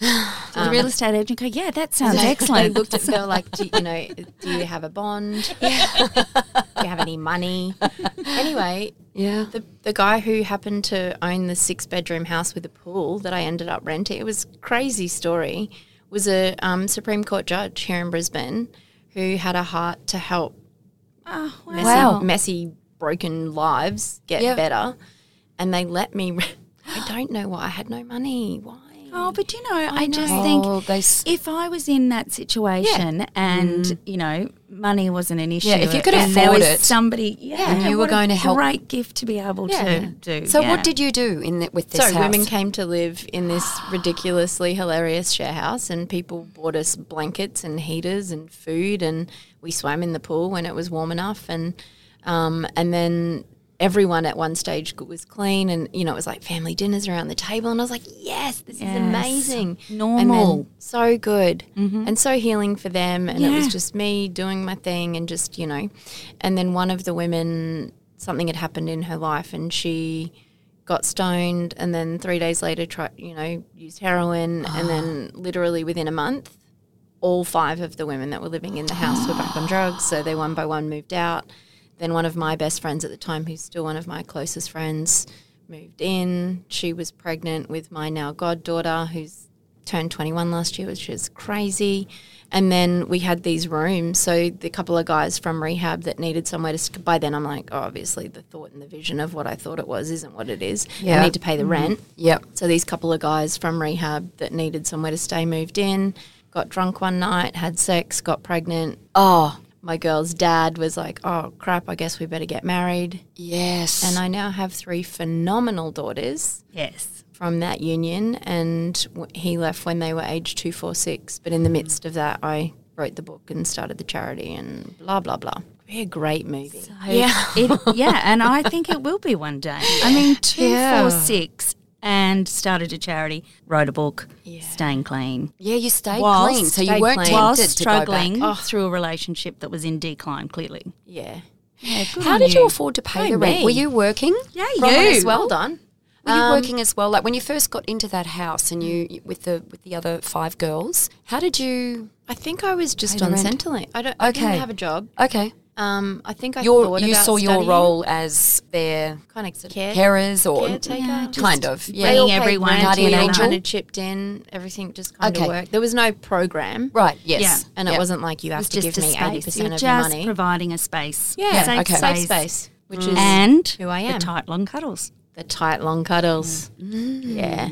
C: So the real estate agent go, yeah, that sounds
E: they
C: excellent.
E: looked at they were like, do, you know, do you have a bond? do you have any money? Anyway,
B: Yeah.
E: the, the guy who happened to own the six bedroom house with a pool that I ended up renting, it was a crazy story, was a um, Supreme Court judge here in Brisbane who had a heart to help messy,
B: Ah, Wow.
E: messy, broken lives get
B: Yeah.
E: better. And they let me. I don't know why. I had no money. Why?
C: Oh, but you know, I, just
B: know.
C: think
B: Oh, they s- Mm.
C: if I was in that situation and you know money wasn't an issue,
B: if you could
C: and there
B: afford
C: was
B: it
C: somebody, yeah,
B: and you were
C: what a
B: going to help-
C: great gift to be able to do.
B: So
C: yeah.
B: what did you do in the, with this
E: so
B: house?
E: women came to live in this ridiculously hilarious share house and people bought us blankets and heaters and food and we swam in the pool when it was warm enough and um, and then everyone at one stage was clean and you know it was like family dinners around the table and I was like yes this is
C: Yes.
E: amazing And then
C: Normal.
E: so good and so healing for them and it was
C: Yeah.
E: just me doing my thing and just you know and then one of the women something had happened in her life and she got stoned and then three days later tried you know used heroin and then literally within a month all five of the women that were living in the house were back on drugs so they one by one moved out then one of my best friends at the time who's still one of my closest friends moved in she was pregnant with my now goddaughter who's turned 21 last year which is crazy and then we had these rooms so the couple of guys from rehab that needed somewhere to sk- by then i'm like oh obviously the thought and the vision of what i thought it was isn't what it is
B: Yeah.
E: i need to pay the rent
B: Mm-hmm. Yep.
E: so these couple of guys from rehab that needed somewhere to stay moved in, got drunk one night, had sex, got pregnant.
B: Oh
E: My girl's dad was like, "Oh crap, I guess we better get married."
B: yes.
E: And I now have three phenomenal daughters
C: Yes.
E: from that union, and w- he left when they were age two, four, six. But in
B: Mm-hmm.
E: the midst of that, I wrote the book and started the charity and blah blah blah. Be a great movie.
C: Yeah. It, yeah, and I think it will be one day. I mean, two, four, six,
B: Yeah.
C: and started a charity, wrote a book, staying clean.
B: yeah, you stayed
C: Whilst-
B: clean, so you
E: stayed
B: weren't
E: clean.
B: tempted
C: Whilst
E: Oh.
B: to go back.
C: struggling through a relationship that was in decline, clearly.
E: yeah.
B: good How did you. afford to pay
E: Hey,
B: the rent?
E: me.
B: Were you working?
E: Yeah,
B: from it
E: you.
B: as well
E: Well done.
B: Were you
E: Um, Mm.
B: working as well? Like when you first got into that house and you you- with the with the other five girls, how did you?
E: I think I was just
B: Pay the
E: on
B: rent.
E: Centrelink. I don't. I
B: Okay.
E: didn't have a job.
B: Okay,
E: Um, I think I
B: your
E: thought
B: you
E: about
B: saw your
E: studying.
B: role as their
E: kind of care,
B: carers or
E: caretaker, just
B: kind of yeah,
E: they all paid rent,
B: guardian
E: we all
B: angel.
E: kind of chipped in. Everything just kind
B: Okay.
E: of worked. There was no program,
B: Right. Yes. Yeah.
E: and
B: Yeah.
E: it wasn't like you have
C: It's
E: to
C: just
E: give
C: a
E: me eighty
C: space.
E: percent
C: You're
E: of your
C: just
E: money.
C: providing a space.
E: Yeah,
C: Safe
B: okay.
E: safe
C: space.
E: space, which is
C: And
E: who I
C: The
E: am.
C: tight long cuddles.
E: the tight long
B: Mm.
E: cuddles. Yeah,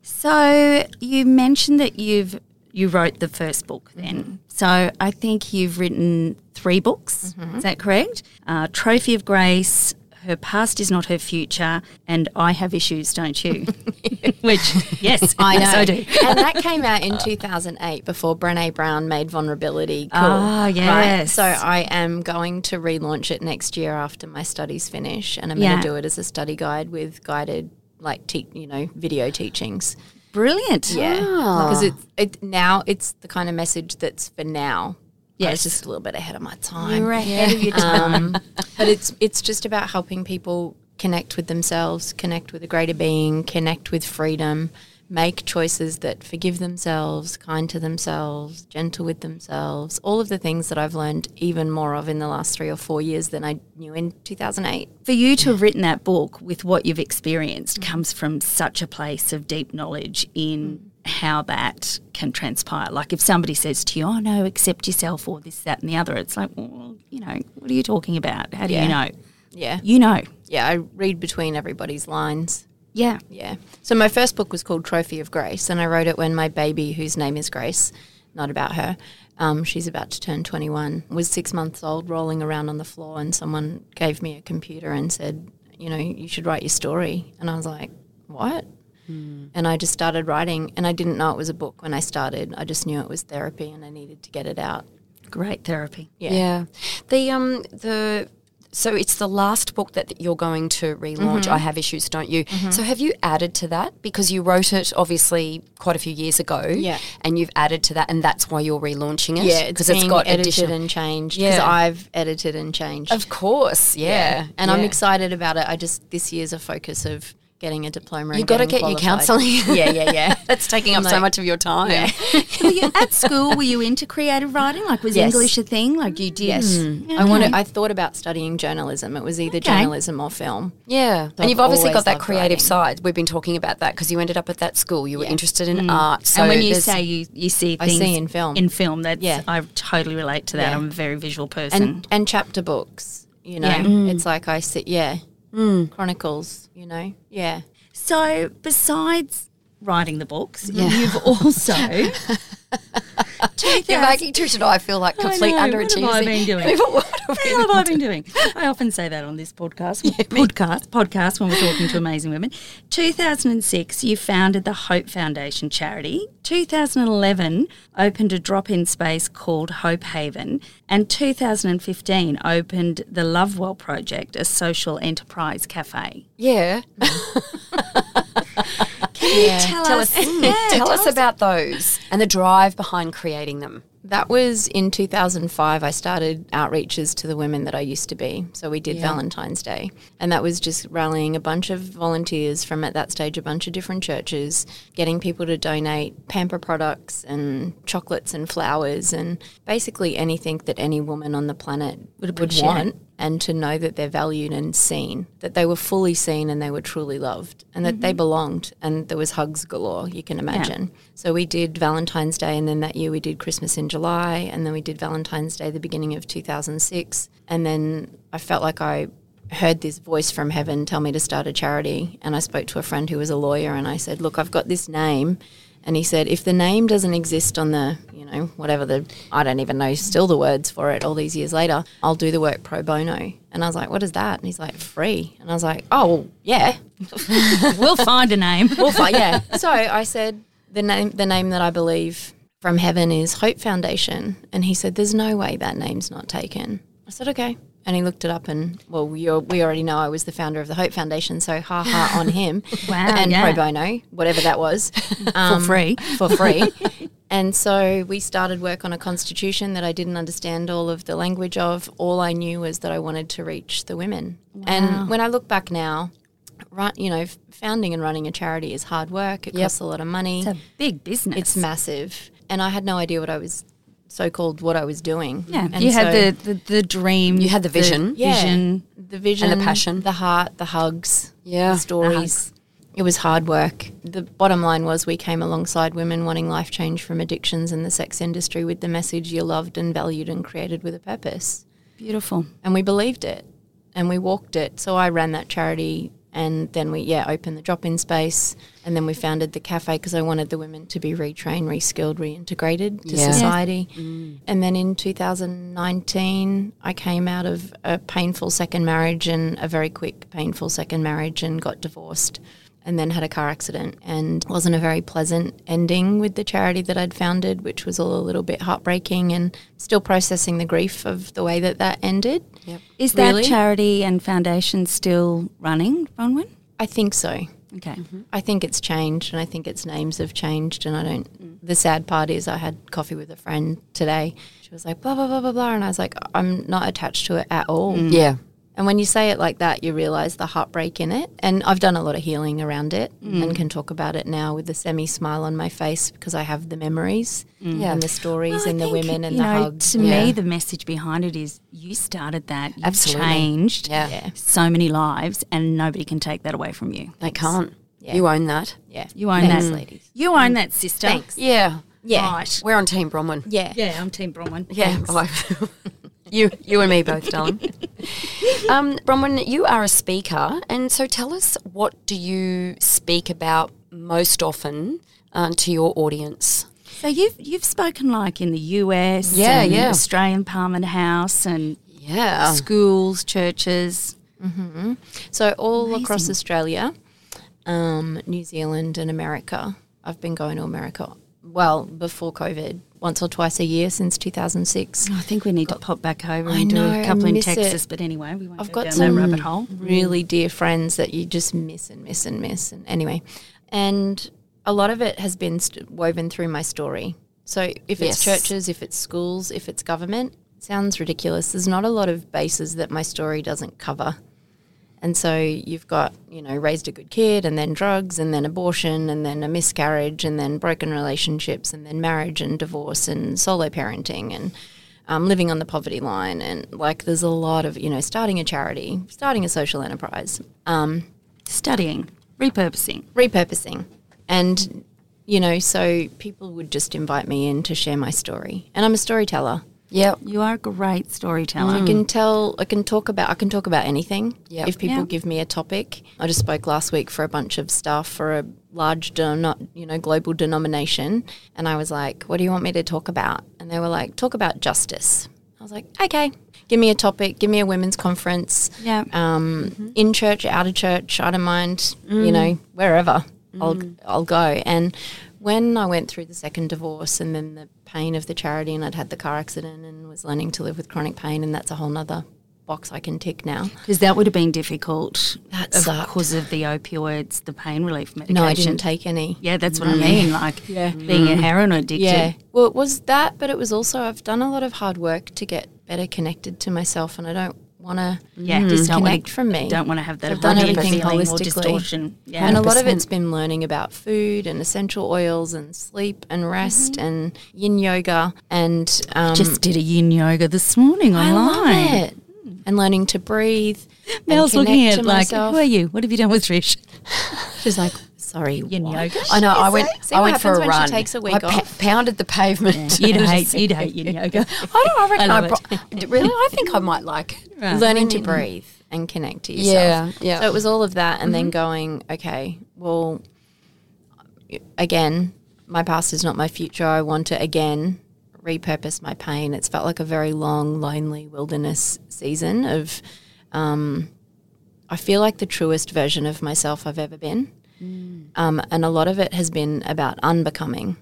C: So you mentioned that you've you wrote the first book then. So I think you've written three books.
E: Mm-hmm.
C: Is that correct? Uh, Trophy of Grace, Her Past Is Not Her Future, and I Have Issues, Don't You? Which yes,
E: I know.
C: yes, I do.
E: and that came out in 2008 before Brené Brown made vulnerability cool.
C: Ah, yes.
E: So I am going to relaunch it next year after my studies finish, and I'm
C: Yeah.
E: going to do it as a study guide with guided, like, te- you know, video teachings.
C: Brilliant.
E: Yeah, because it's it now it's the kind of message that's for now. I
C: Yes.
E: was just a little bit ahead of my time.
C: You're ahead of your time.
E: Um, but it's it's just about helping people connect with themselves, connect with a greater being, connect with freedom, make choices that forgive themselves, kind to themselves, gentle with themselves. All of the things that I've learned even more of in the last three or four years than I knew in 2008.
C: for you to have written that book with what you've experienced comes from such a place of deep knowledge in
E: Mm.
C: how that can transpire. Like if somebody says to you, "Oh no, accept yourself," or this, that, and the other, it's like, well, you know, what are you talking about? How do you
E: Yeah.
C: know?
E: Yeah,
C: You know,
E: yeah. I read between everybody's lines.
C: yeah,
E: Yeah. So my first book was called Trophy of Grace, and I wrote it when my baby, whose name is Grace, not about her, um, she's about to turn 21, was six months old, rolling around on the floor, and someone gave me a computer and said, you know, you should write your story. And I was like, what?
B: Hmm.
E: And I just started writing, and I didn't know it was a book when I started. I just knew it was therapy, and I needed to get it out.
C: great therapy.
E: Yeah.
B: Yeah. The um the so it's the last book that you're going to relaunch.
E: Mm-hmm.
B: I have issues, don't you? So have you added to that because you wrote it obviously quite a few years ago?
E: Yeah.
B: and you've added to that, and that's why you're relaunching it.
E: Yeah, because it's
B: it's
E: being
B: got
E: edited
B: additional.
E: and changed. Because
B: Yeah.
E: I've edited and changed.
B: of course, yeah.
E: and I'm
B: Yeah.
E: excited about it. I just this year's a focus of getting a diploma.
B: You
E: and
B: got to get
E: getting
B: your
E: qualified.
B: counselling.
E: yeah, yeah, yeah.
B: That's taking up so
E: like-
B: much of your time.
C: were you at school? Were you into creative writing? Like, was
E: Yes.
C: English a thing? Like you did?
E: yes, Mm. I want to. I thought about studying journalism. It was either journalism or film.
B: Yeah, and
E: I've
B: you've obviously got
E: always
B: that
E: loved
B: creative
E: writing.
B: side. We've been talking about that because you ended up at that school. You were interested in art. So
C: and when you
B: there's-
C: say you, you see
E: I
C: things
E: see in film.
C: in film, that's
E: Yeah.
C: I totally relate to that.
E: Yeah.
C: I'm a very visual person.
B: Mm.
E: and and chapter books. You know,
C: Yeah.
E: it's like I sit. Yeah,
B: Mm.
E: chronicles. You know, yeah.
C: So, besides writing the books, you've also.
B: You're making Trish and I feel like complete
C: I know,
B: underachievers.
C: What have I been doing?
B: what have
C: What have I been doing? I often say that on this podcast, podcast, podcast when we're talking to amazing women. 2006, you founded the Hope Foundation charity. 2011, opened a drop-in space called Hope Haven, and 2015 opened the Lovewell Project, a social enterprise cafe.
B: Yeah.
C: Tell, us,
B: Tell us about those and the drive behind creating them.
E: That was in 2005. I started outreaches to the women that I used to be. So we did Valentine's Day. And that was just rallying a bunch of volunteers from at that stage, a bunch of different churches, getting people to donate pamper products and chocolates and flowers and basically anything that any woman on the planet would, would want and to know that they're valued and seen, that they were fully seen and they were truly loved, and that they belonged. And there was hugs galore, you can imagine. So we did Valentine's Day, and then that year we did Christmas in July, and then we did Valentine's Day the beginning of 2006. And then I felt like I heard this voice from heaven tell me to start a charity. And I spoke to a friend who was a lawyer, and I said, Look, I've got this name. And he said, if the name doesn't exist on the, you know, whatever the, I don't even know still the words for it all these years later, I'll do the work pro bono. And I was like, what is that? And he's like, free. And I was like, oh, well, yeah.
C: We'll find a name.
E: We'll find, yeah. So I said, the name, the name that I believe from heaven is Hope Foundation. And he said, there's no way that name's not taken. I said, okay. And he looked it up and, well, we, al- we already know I was the founder of the Hope Foundation. So ha ha on him.
C: Wow,
E: And
C: yeah.
E: pro bono, whatever that was. Um,
C: free.
E: for free. And so we started work on a constitution that I didn't understand all of the language of. All I knew was that I wanted to reach the women. And when I look back now, run, you know, f- founding and running a charity is hard work. It costs a lot of money.
C: It's a big business.
E: It's massive. And I had no idea what I was so called what I was doing.
C: Yeah,
E: And
C: you
E: so-
C: had the, the, the dream.
B: You had the vision.
E: yeah,
C: vision.
E: the vision,
B: And the passion.
E: the heart, the hugs,
B: Yeah,
E: the
B: the
E: stories. It was hard work. The bottom line was we came alongside women wanting life change from addictions and the sex industry with the message you're loved and valued and created with a purpose.
C: Beautiful.
E: And we believed it and we walked it. So I ran that charity and then we, yeah, opened the drop in space and then we founded the cafe because I wanted the women to be retrained, reskilled, reintegrated to
B: Yeah.
E: society. And then in 2019, I came out of a painful second marriage and a very quick, painful second marriage and got divorced and then had a car accident and it wasn't a very pleasant ending with the charity that I'd founded which was all a little bit heartbreaking and still processing the grief of the way that that ended.
C: Is that
E: Really?
C: charity and foundation still running, Bronwyn? Mm-hmm.
E: I think so.
C: Okay.
E: I think it's changed and I think its names have changed and I don't the sad part is I had coffee with a friend today. She was like blah blah blah blah blah and I was like I'm not attached to it at all.
B: Mm. Yeah.
E: And when you say it like that, you realize the heartbreak in it. And I've done a lot of healing around it and can talk about it now with a semi smile on my face because I have the memories and the stories
C: I
E: and the
C: think,
E: women and
C: you
E: the
C: know,
E: hugs.
C: To
B: Yeah.
C: me, the message behind it is you started that, you
B: Absolutely.
C: changed
B: Yeah.
C: so many lives, and nobody can take that away from you.
B: They can't. You own that.
E: Yeah.
C: You own
E: Thanks,
C: that,
E: ladies.
C: You own that, sister.
E: Thanks.
B: Yeah.
E: Yeah.
C: Right.
B: We're on Team Bronwyn.
E: Yeah.
C: Yeah, I'm Team Bronwyn.
B: Yeah. Bye. you you and me both, darling. um, Bronwyn, you are a speaker, and so tell us what do you speak about most often um, to your audience?
C: So you've you've spoken like in the US,
B: Yeah,
C: and
B: yeah.
C: Australian Parliament House, and
E: Mm.
B: Yeah.
C: schools, churches.
E: So, all across Australia, um, New Zealand, and America. I've been going to America, well, before COVID, once or twice a year since 2006.
C: Oh, I think we need to pop back over
E: I
C: and do
E: know,
C: a
E: I
C: couple in
E: miss it.
C: Texas. But anyway, we won't
E: I've
C: go
E: got
C: down
E: some
C: that rabbit hole. Mm-hmm.
E: really dear friends that you just miss and miss and miss. And anyway, and a lot of it has been st- woven through my story. So if
B: Yes.
E: it's churches, if it's schools, if it's government, sounds ridiculous. There's not a lot of bases that my story doesn't cover. And so you've got, you know, raised a good kid and then drugs and then abortion and then a miscarriage and then broken relationships and then marriage and divorce and solo parenting and um, living on the poverty line. And like there's a lot of, you know, starting a charity, starting a social enterprise,
C: Studying, repurposing.
E: repurposing. And, you know, so people would just invite me in to share my story. And I'm a storyteller.
B: Yep.
C: You are a great storyteller.
E: I can tell. I can talk about. I can talk about anything.
B: Yep.
E: If people
C: Yeah.
E: give me a topic, I just spoke last week for a bunch of staff for a large, de- not you know, global denomination, and I was like, "What do you want me to talk about?" And they were like, "Talk about justice." I was like, "Okay, give me a topic. Give me a women's conference.
C: Yeah.
E: Um, in church, out of church. I don't mind. You know, wherever I'll I'll go." And when I went through the second divorce and then the pain of the charity and I'd had the car accident and was learning to live with chronic pain and that's a whole nother box I can tick now.
C: Because that would have been difficult
E: That
C: of
E: sucked.
C: because of the opioids, the pain relief medication.
E: No, I didn't take any.
C: Yeah, that's what I mean. Like being a heroin addicted.
E: Yeah. Well, it was that, but it was also I've done a lot of hard work to get better connected to myself and I don't want to
C: Yeah, just don't want
E: disconnect
C: to,
E: from me.
C: Don't want to have that
E: I've done
C: abundant
E: everything
C: feeling or
E: holistically.
C: distortion. Yeah.
E: And a lot of it's been learning about food and essential oils and sleep and rest and yin yoga and um,
C: Mm-hmm. just did a yin yoga this morning
E: I
C: online.
E: love it. And learning to breathe. and
C: Mel's looking
E: connect
C: at
E: to
C: it like,
E: myself.
C: who are you? What have you done with Trish?
E: She's like, sorry,
C: Yin
E: what?
C: yoga.
B: I know. I went.
E: See
B: I
E: what
B: went for a
E: happens when she
B: run.
E: takes a week
B: I pa-
E: off.
B: pounded the pavement.
C: You'd hate, you'd hate yin yoga.
B: I don't. I reckon. I,
C: I love
B: pro- really, I think I might like it.
E: learning to breathe and connect to yourself.
B: Mm-hmm. Yeah, Mm-hmm. yeah.
E: So it was all of that, and then going, okay, well, again, my past is not my future. I want to again repurpose my pain. It's felt like a very long, lonely wilderness season of. Um, I feel like the truest version of myself I've ever been.
B: Mm.
E: Um, and a lot of it has been about unbecoming.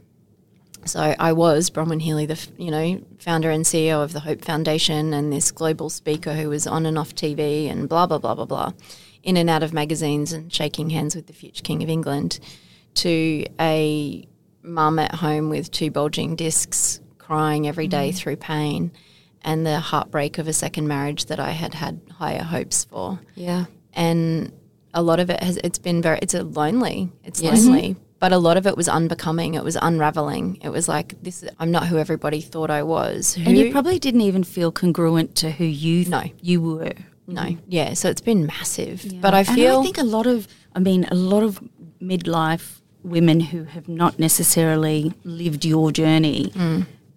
E: So I was Bronwyn Healy, the f- you know founder and CEO of the Hope Foundation, and this global speaker who was on and off TV and blah blah blah blah blah, in and out of magazines and shaking hands with the future King of England, to a mum at home with two bulging discs, crying every day through pain, and the heartbreak of a second marriage that I had had higher hopes for.
A: Yeah.
E: And a lot of it has, it's been very, it's a lonely, it's
A: Yes.
C: Mm-hmm.
E: lonely. But a lot of it was unbecoming. It was unraveling. It was like this. is- I'm not who everybody thought I was. Who,
C: And you probably didn't even feel congruent to who you
E: No.
C: you were.
E: no, yeah. So it's been massive.
C: Yeah.
E: But I feel
C: and I think a lot of I mean a lot of midlife women who have not necessarily lived your journey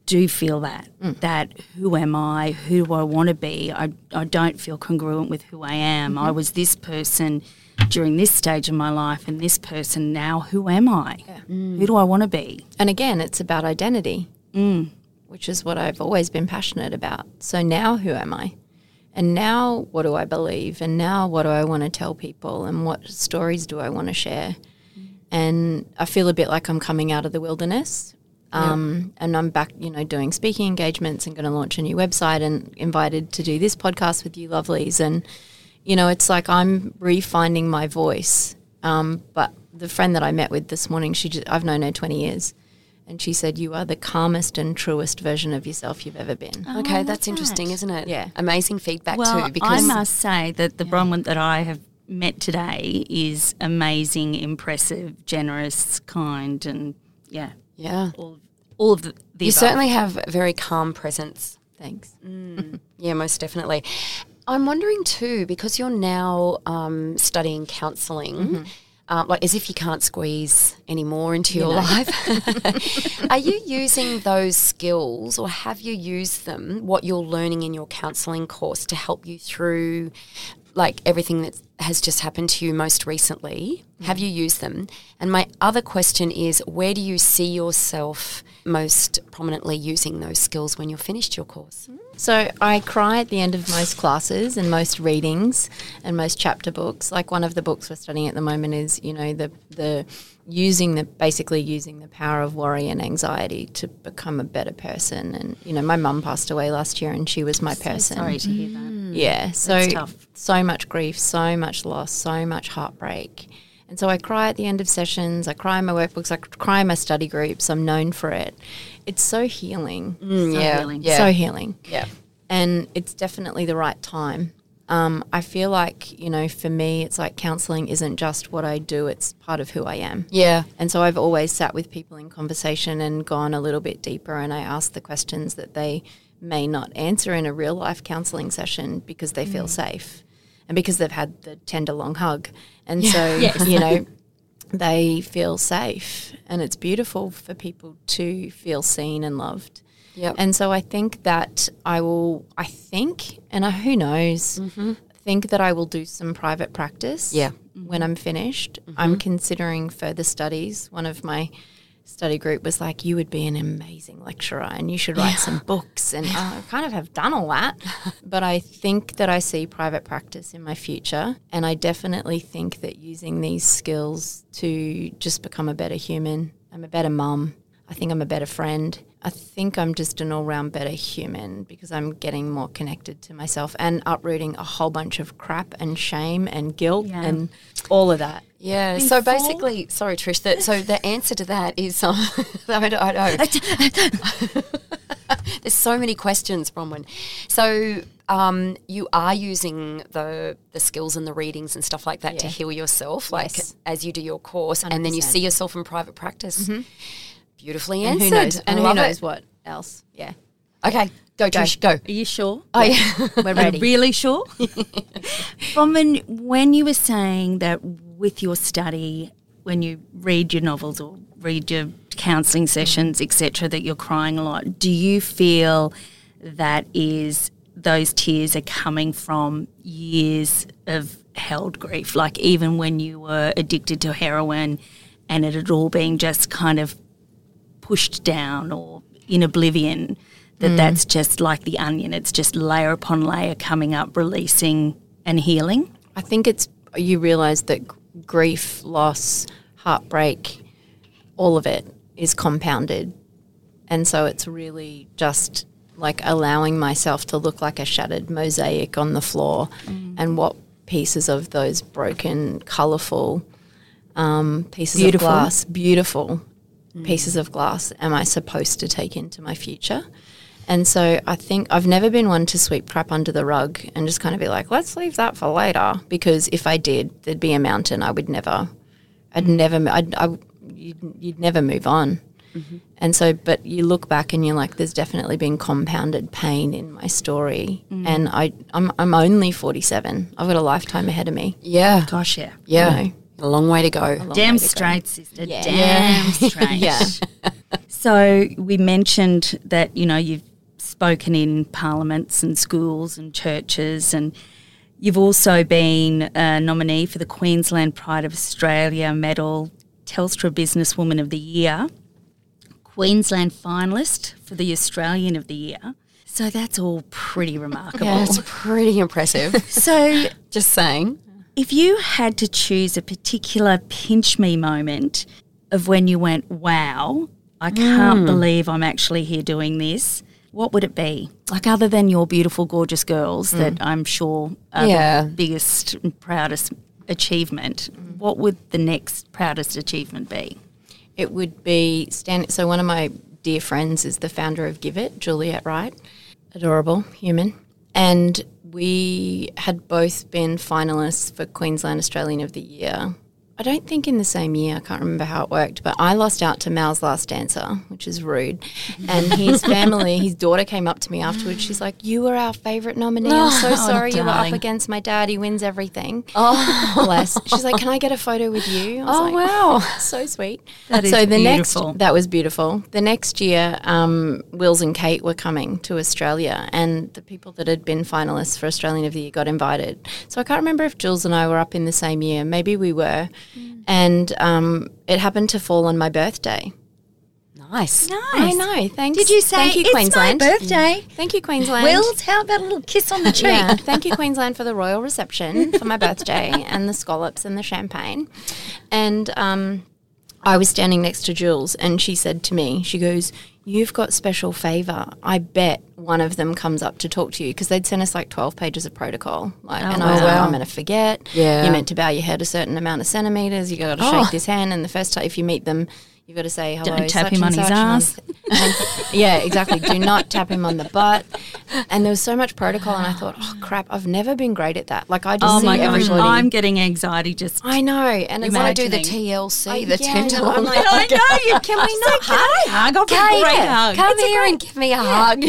C: do feel that that who am I who do I want to be I I don't feel congruent with who I am I was this person during this stage of my life and this person now who am I who do I want to be
E: And again, it's about identity,
C: Mm.
E: which is what I've always been passionate about. So now who am I? And now what do I believe? And now what do I want to tell people? And what stories do I want to share? And I feel a bit like I'm coming out of the wilderness. Um, And I'm back, you know, doing speaking engagements and going to launch a new website and invited to do this podcast with you lovelies. And, you know, it's like I'm refinding my voice. Um, but the friend that I met with this morning, she just, I've known her 20 years. And she said, You are the calmest and truest version of yourself you've ever been.
C: I
B: Okay,
C: love
B: that's interesting,
C: that.
B: isn't it?
E: Yeah.
B: Amazing feedback
C: well,
B: too because
C: Oh, I must say that the Bronwyn that I have met today is amazing, impressive, generous, kind, and yeah,
B: yeah.
C: all, all of the, the
B: You
C: above.
B: certainly have a very calm presence.
E: Thanks.
B: Yeah, most definitely. I'm wondering too, because you're now um, studying counseling uh, like as if you can't squeeze any more into your life. Are you using those skills, or have you used them? What you're learning in your counseling course to help you through, like everything that has just happened to you most recently? Have you used them? And my other question is, where do you see yourself most prominently using those skills when you're finished your course?
E: So I cry at the end of most classes and most readings and most chapter books. Like one of the books we're studying at the moment is, you know, the the using the basically using the power of worry and anxiety to become a better person. And you know, my mum passed away last year, and she was my person.
C: sorry to hear that.
E: Yeah, so
C: tough.
E: so much grief, so much loss, so much heartbreak. And so I cry at the end of sessions, I cry in my workbooks, I cry in my study groups. I'm known for it. It's so healing.
B: Mm. yeah,
C: healing.
B: yeah.
E: So healing.
B: Yeah.
E: And it's definitely the right time. Um, I feel like, you know, for me, it's like counseling isn't just what I do, it's part of who I am.
B: Yeah.
E: And so I've always sat with people in conversation and gone a little bit deeper and I asked the questions that they may not answer in a real life counseling session because they
B: Mm.
E: feel safe and because they've had the tender long hug. And so, you know, they feel safe and it's beautiful for people to feel seen and loved.
B: Yep.
E: And so I think that I will, I think, and I, who knows, think that I will do some private practice.
B: Mm-hmm. Yeah.
E: When I'm finished, I'm considering further studies. One of my study group was like, you would be an amazing lecturer and you should write some books. And uh, I kind of have done all that. But I think that I see private practice in my future. And I definitely think that using these skills to just become a better human, I'm a better mum. I think I'm a better friend. I think I'm just an all round better human because I'm getting more connected to myself and uprooting a whole bunch of crap and shame and guilt
C: Yeah.
E: and all of that.
B: Yeah. So basically, sorry, Trish. That so the answer to that is um, I mean, I know. There's so many questions, Bronwyn. So um, you are using the the skills and the readings and stuff like that to heal yourself, like
E: Yes.
B: as you do your course, and then you see yourself in private practice. Beautifully
E: Mm-hmm. And
B: answered.
E: who knows? And
B: I
E: who
B: love
E: knows
B: it.
E: what else? Yeah.
B: Okay, go, Trish. Go.
C: Are you sure?
B: Oh, yeah.
E: We're ready.
C: Really sure? Bronwyn, when you were saying that with your study, when you read your novels or read your counselling sessions, etc., that you're crying a lot, do you feel that is those tears are coming from years of held grief? Like even when you were addicted to heroin and it had all been just kind of pushed down or in oblivion that that's just like the onion it's just layer upon layer coming up releasing and healing
E: I think it's you realize that gr- grief, loss, heartbreak, all of it is compounded. And so it's really just like allowing myself to look like a shattered mosaic on the floor and what pieces of those broken, colorful um, pieces
C: Beautiful.
E: of glass, beautiful, pieces of glass am I supposed to take into my future? And so I think I've never been one to sweep crap under the rug and just kind of be like, let's leave that for later. Because if I did, there'd be a mountain I would never, I'd never, I'd, I, you'd, you'd never move on.
B: Mm-hmm.
E: And so, but you look back and you're like, there's definitely been compounded pain in my story.
B: Mm.
E: And I, I'm, I'm only 47. I've got a lifetime ahead of me.
B: Yeah.
C: Gosh, yeah.
B: Yeah. A long way to go.
C: Damn straight, sister.
E: Yeah.
C: Damn straight.
E: Yeah.
C: So we mentioned that you know you've spoken in parliaments and schools and churches, and you've also been a nominee for the Queensland Pride of Australia Medal, Telstra Businesswoman of the Year, Queensland finalist for the Australian of the Year. So that's all pretty remarkable.
B: Yeah, it's pretty impressive.
C: So
B: Just saying.
C: if you had to choose a particular pinch me moment of when you went, wow, I can't believe I'm actually here doing this, what would it be? Like, other than your beautiful, gorgeous girls that I'm sure are
B: Yeah.
C: the biggest and proudest achievement, what would the next proudest achievement be?
E: It would be stand. So one of my dear friends is the founder of Give It, Juliet Wright, adorable human, and we had both been finalists for Queensland Australian of the Year. I don't think in the same year. I can't remember how it worked, but I lost out to Mal's Last Dancer, which is rude. And his family, his daughter came up to me afterwards. She's like, "You were our favourite nominee. I'm so sorry you were up
C: darling.
E: against my dad. He wins everything. Oh, bless." She's like, "Can I get a photo with you?" I was
B: Oh,
E: like,
B: wow.
E: so sweet.
C: That is
E: so the
C: beautiful.
E: next that was beautiful. The next year, um, Wills and Kate were coming to Australia, and the people that had been finalists for Australian of the Year got invited. So I can't remember if Jules and I were up in the same year. Maybe we were,
C: Mm.
E: and um, it happened to fall on my birthday.
B: Nice.
E: I know. Thanks.
C: Did you say
E: thank you,
C: it's my
E: Queensland?
C: birthday?
E: Thank you, Queensland.
C: Wills, how about a little kiss on the cheek?
E: Yeah, thank you, Queensland, for the royal reception for my birthday and the scallops and the champagne. And um, I was standing next to Jules, and she said to me, She goes, You've got special favour. I bet one of them comes up to talk to you because they'd sent us like 12 pages of protocol. Like,
C: Oh,
E: and I was like, I'm going to forget.
B: Yeah.
E: You're meant to bow your head a certain amount of centimetres. you got to shake this hand. And the first time, if you meet them, you've got to say hello.
C: Oh. Don't tap
E: such
C: him
E: and
C: on his
E: such," and I'm
C: ass.
E: and- yeah, exactly. Do not tap him on the butt. And there was so much protocol, and I thought, oh crap, I've never been great at that. Like I just
C: Oh
E: see
C: my gosh,
E: everybody.
C: I'm getting anxiety just.
E: I know, and it's
C: You
E: like,
C: wanna
B: I do the
C: Imagining.
B: TLC,
E: I-
B: the
E: Oh, yeah,
B: tender
E: no,
B: one.
E: I'm like,
C: I know, you-
B: Can we
C: it's
B: not
C: like, can I hug? I've got a
B: Kate,
C: great hug.
B: Come
C: It's a
B: here and give me a hug.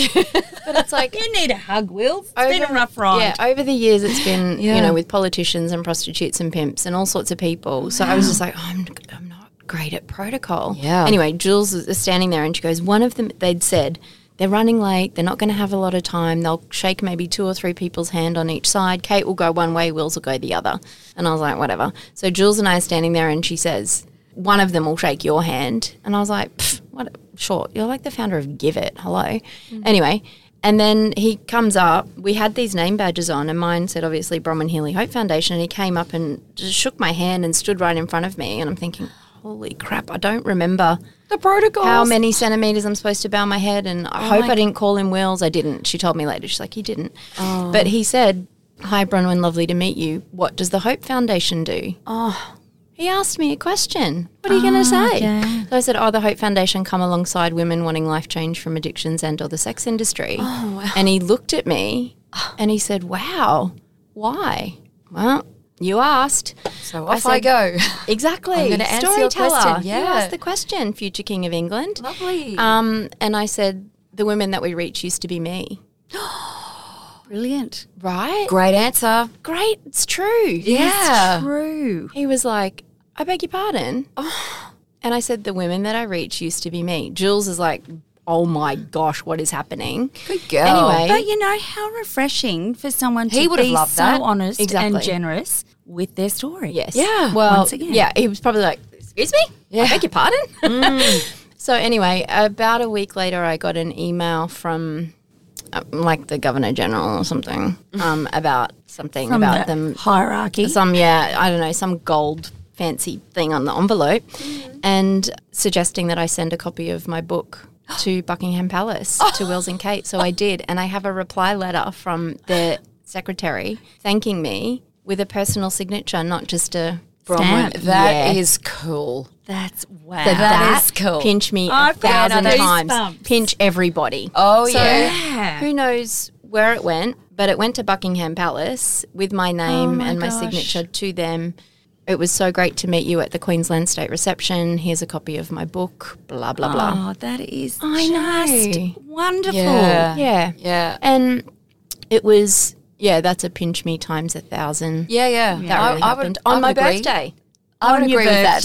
E: but it's like
C: You need a hug, Wills. It's been a rough ride.
E: Yeah, over the years it's been you know with politicians and prostitutes and pimps and all sorts of people. So I was just like, oh, I'm I'm not great at protocol.
B: Yeah.
E: Anyway, Jules is standing there and she goes, one of them they'd said. They're running late. They're not going to have a lot of time. They'll shake maybe two or three people's hand on each side. Kate will go one way, Wills will go the other. And I was like, whatever. So Jules and I are standing there, and she says, one of them will shake your hand. And I was like, "Pff, what? Sure. You're like the founder of Give It. Hello. Anyway, and then he comes up. We had these name badges on, and mine said obviously Bromwell Healy Hope Foundation. And he came up and just shook my hand and stood right in front of me. And I'm thinking, holy crap, I don't remember
B: the protocol.
E: how many centimeters I'm supposed to bow my head. And I hope I didn't call him Wills. I didn't. She told me later. She's like, you didn't. But he said, Hi, Bronwyn, lovely to meet you. What does the Hope Foundation do? Oh. He asked me a question. What are you going to say? So I said, Oh, the Hope Foundation come alongside women wanting life change from addictions and or the sex industry. Oh, wow. And he looked at me and he said, Wow, why? Well, you asked.
B: So off
E: said-
B: I, go.
E: Exactly.
B: I'm gonna answer your
E: Storyteller.
B: question,
E: You
B: yeah.
E: asked the question, future king of England.
B: Lovely.
E: Um, and I said, the women that we reach used to be me.
C: Brilliant.
E: Right?
B: Great answer.
E: Great. It's true.
B: Yeah.
C: True.
E: He was like, I beg your pardon.
B: Oh.
E: And I said, the women that I reach used to be me. Jules is like, oh my gosh, what is happening?
B: Good girl.
E: Anyway.
C: But you know how refreshing for someone to
B: He would have
C: be
B: loved
C: so
B: that.
C: honest
E: Exactly.
C: and generous with their story.
E: Yes.
B: Yeah.
E: Well,
C: Once again.
E: yeah, he was probably like, excuse me? I beg your pardon?
C: Mm.
E: so anyway, about a week later, I got an email from uh, like the Governor General or something um, about something
C: Mm. From
E: about
C: the
E: them
C: hierarchy.
E: some yeah i don't know some gold fancy thing on the envelope
C: Mm-hmm.
E: and suggesting that i send a copy of my book to buckingham palace to wills and kate so i did and i have a reply letter from their secretary thanking me with a personal signature not just a
C: stamp.
A: Bronwyn. That is
C: Yeah.
A: cool.
C: That's wow.
A: That
E: That
A: is cool.
E: Pinch me a
C: I've got
E: thousand times.
C: goosebumps.
E: Pinch everybody.
A: Oh,
E: So,
A: yeah.
E: Who knows where it went, but it went to Buckingham Palace with my name
C: Oh my
E: and my
C: gosh.
E: signature to them. It was so great to meet you at the Queensland State reception. Here's a copy of my book, blah, blah, blah.
C: Oh, that is
E: I
C: just
E: know.
C: wonderful. Oh.
A: Yeah.
E: Yeah.
A: Yeah.
E: And it was, yeah, that's a pinch me times a thousand.
A: Yeah, yeah.
E: That really
A: I, I would,
E: happened on
A: I would
E: my
A: agree.
E: birthday.
A: I
C: On
A: would
C: your
A: agree with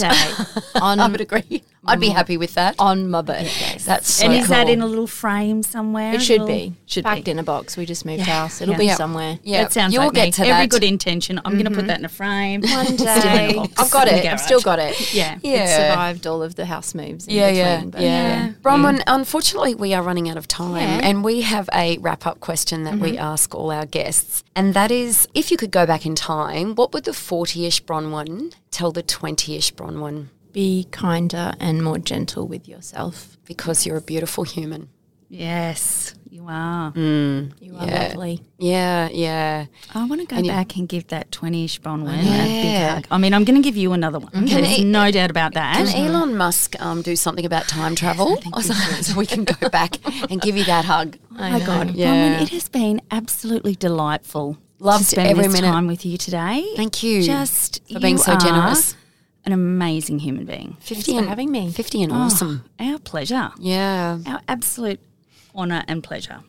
A: that.
C: birthday.
E: On,
A: I would agree. I'd be happy with that.
E: on my birthday.
A: That's so
C: and is that
A: cool.
C: in a little frame somewhere?
E: It
C: A
E: should
C: little-
E: be.
C: Should
E: Packed
C: be.
E: in a box. We just moved
C: Yeah.
E: house. It'll
C: Yeah.
E: be
A: Yeah.
E: somewhere.
A: Yeah.
C: That sounds
A: You'll
C: like
A: get
C: me.
A: to
C: Every
A: that.
C: good intention. I'm going to put that in a frame. One
E: Mm-hmm. day. I've got it. I've still got it.
C: Yeah.
A: Yeah.
E: It survived all of the house moves. In
A: Yeah, yeah,
E: between, but-
A: yeah.
B: Bronwyn, unfortunately, we are running out of time,
E: Yeah.
B: and we have a wrap up question that we ask all our guests. And that is if you could go back in time, what would the 40 ish Bronwyn tell the 20 ish Bronwyn?
E: Be kinder and more gentle with yourself.
B: Because you're a beautiful human.
C: Yes, you are.
E: Mm. You are lovely.
B: Yeah, yeah.
C: I want to go back and give that 20-ish Bronwyn a big hug. I mean, I'm going to give you another one.
B: Mm-hmm.
E: E-
C: There's no doubt about that.
B: Can Elon Musk um, do something about time travel? so, so we can go back and give you that hug.
C: Oh my God,
B: Yeah.
C: Bronwyn, it has been absolutely delightful.
B: Loved
C: to spend
B: every
C: this
B: minute.
C: time with you today.
B: Thank you
C: Just
B: for being
C: you
B: so
C: are
B: generous.
C: An amazing human being.
B: 50
E: for
B: and
E: having me. Oh.
B: 50 and Oh, awesome.
C: Our pleasure.
B: Yeah.
C: Our absolute honour and pleasure.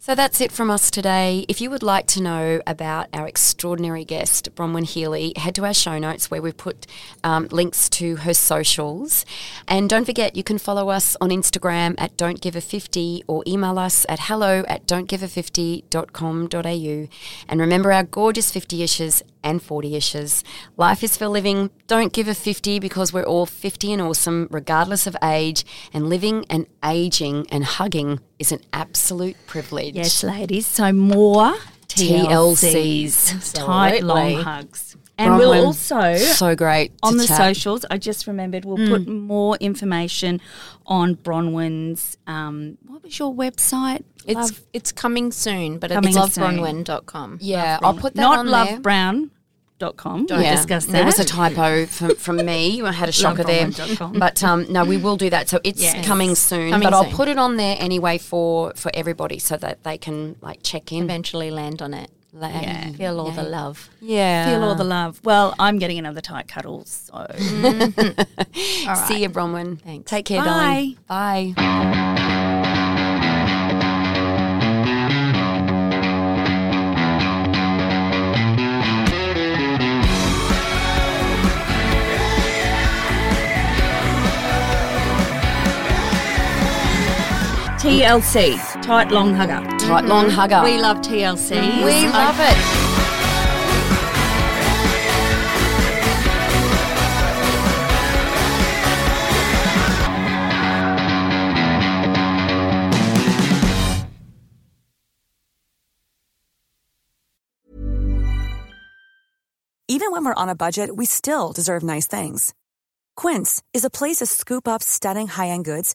B: So that's it from us today. If you would like to know about our extraordinary guest, Bronwyn Healy, head to our show notes where we've put um, links to her socials. And don't forget, you can follow us on Instagram at Don't Give a 50 or email us at hello at don'tgive50.com.au. And remember our gorgeous 50 ishes and 40 ishes. Life is for living. Don't give a 50 because we're all 50 and awesome, regardless of age. And living and aging and hugging is an absolute privilege.
C: Yes, ladies. So more TLCs.
B: TLCs.
C: Tight, long
B: Absolutely.
C: hugs. And
B: Bronwyn,
C: we'll also
B: so great to
C: on the
B: chat. Mm.
C: socials. I just remembered we'll put more information on Bronwyn's. Um, what was your website?
E: It's
C: Love-
E: it's coming soon, but
C: Coming
E: it's
C: soon.
E: lovebronwyn.com.
B: Yeah, I'll put that
C: not
B: on there.
C: lovebrown.com. Don't
B: Yeah.
C: discuss that.
B: There was a typo from, from me. I had a shocker there.
C: Lovebrown.com.
B: But um, no, we will do that. So it's
C: Yes.
B: coming soon.
E: Coming
B: but I'll
E: soon.
B: put it on there anyway for, for everybody so that they can like check in.
E: Eventually land on it.
B: Yeah.
E: Feel all the love.
B: Yeah.
C: Feel all the love. Well, I'm getting another tight cuddle, so
B: Mm. See you, Bronwyn.
E: Thanks.
B: Take care, darling. Bye.
C: TLC, tight long hugger.
B: Tight, long hugger.
C: We love TLC.
B: we love it.
G: Even when we're on a budget, we still deserve nice things. Quince is a place to scoop up stunning high-end goods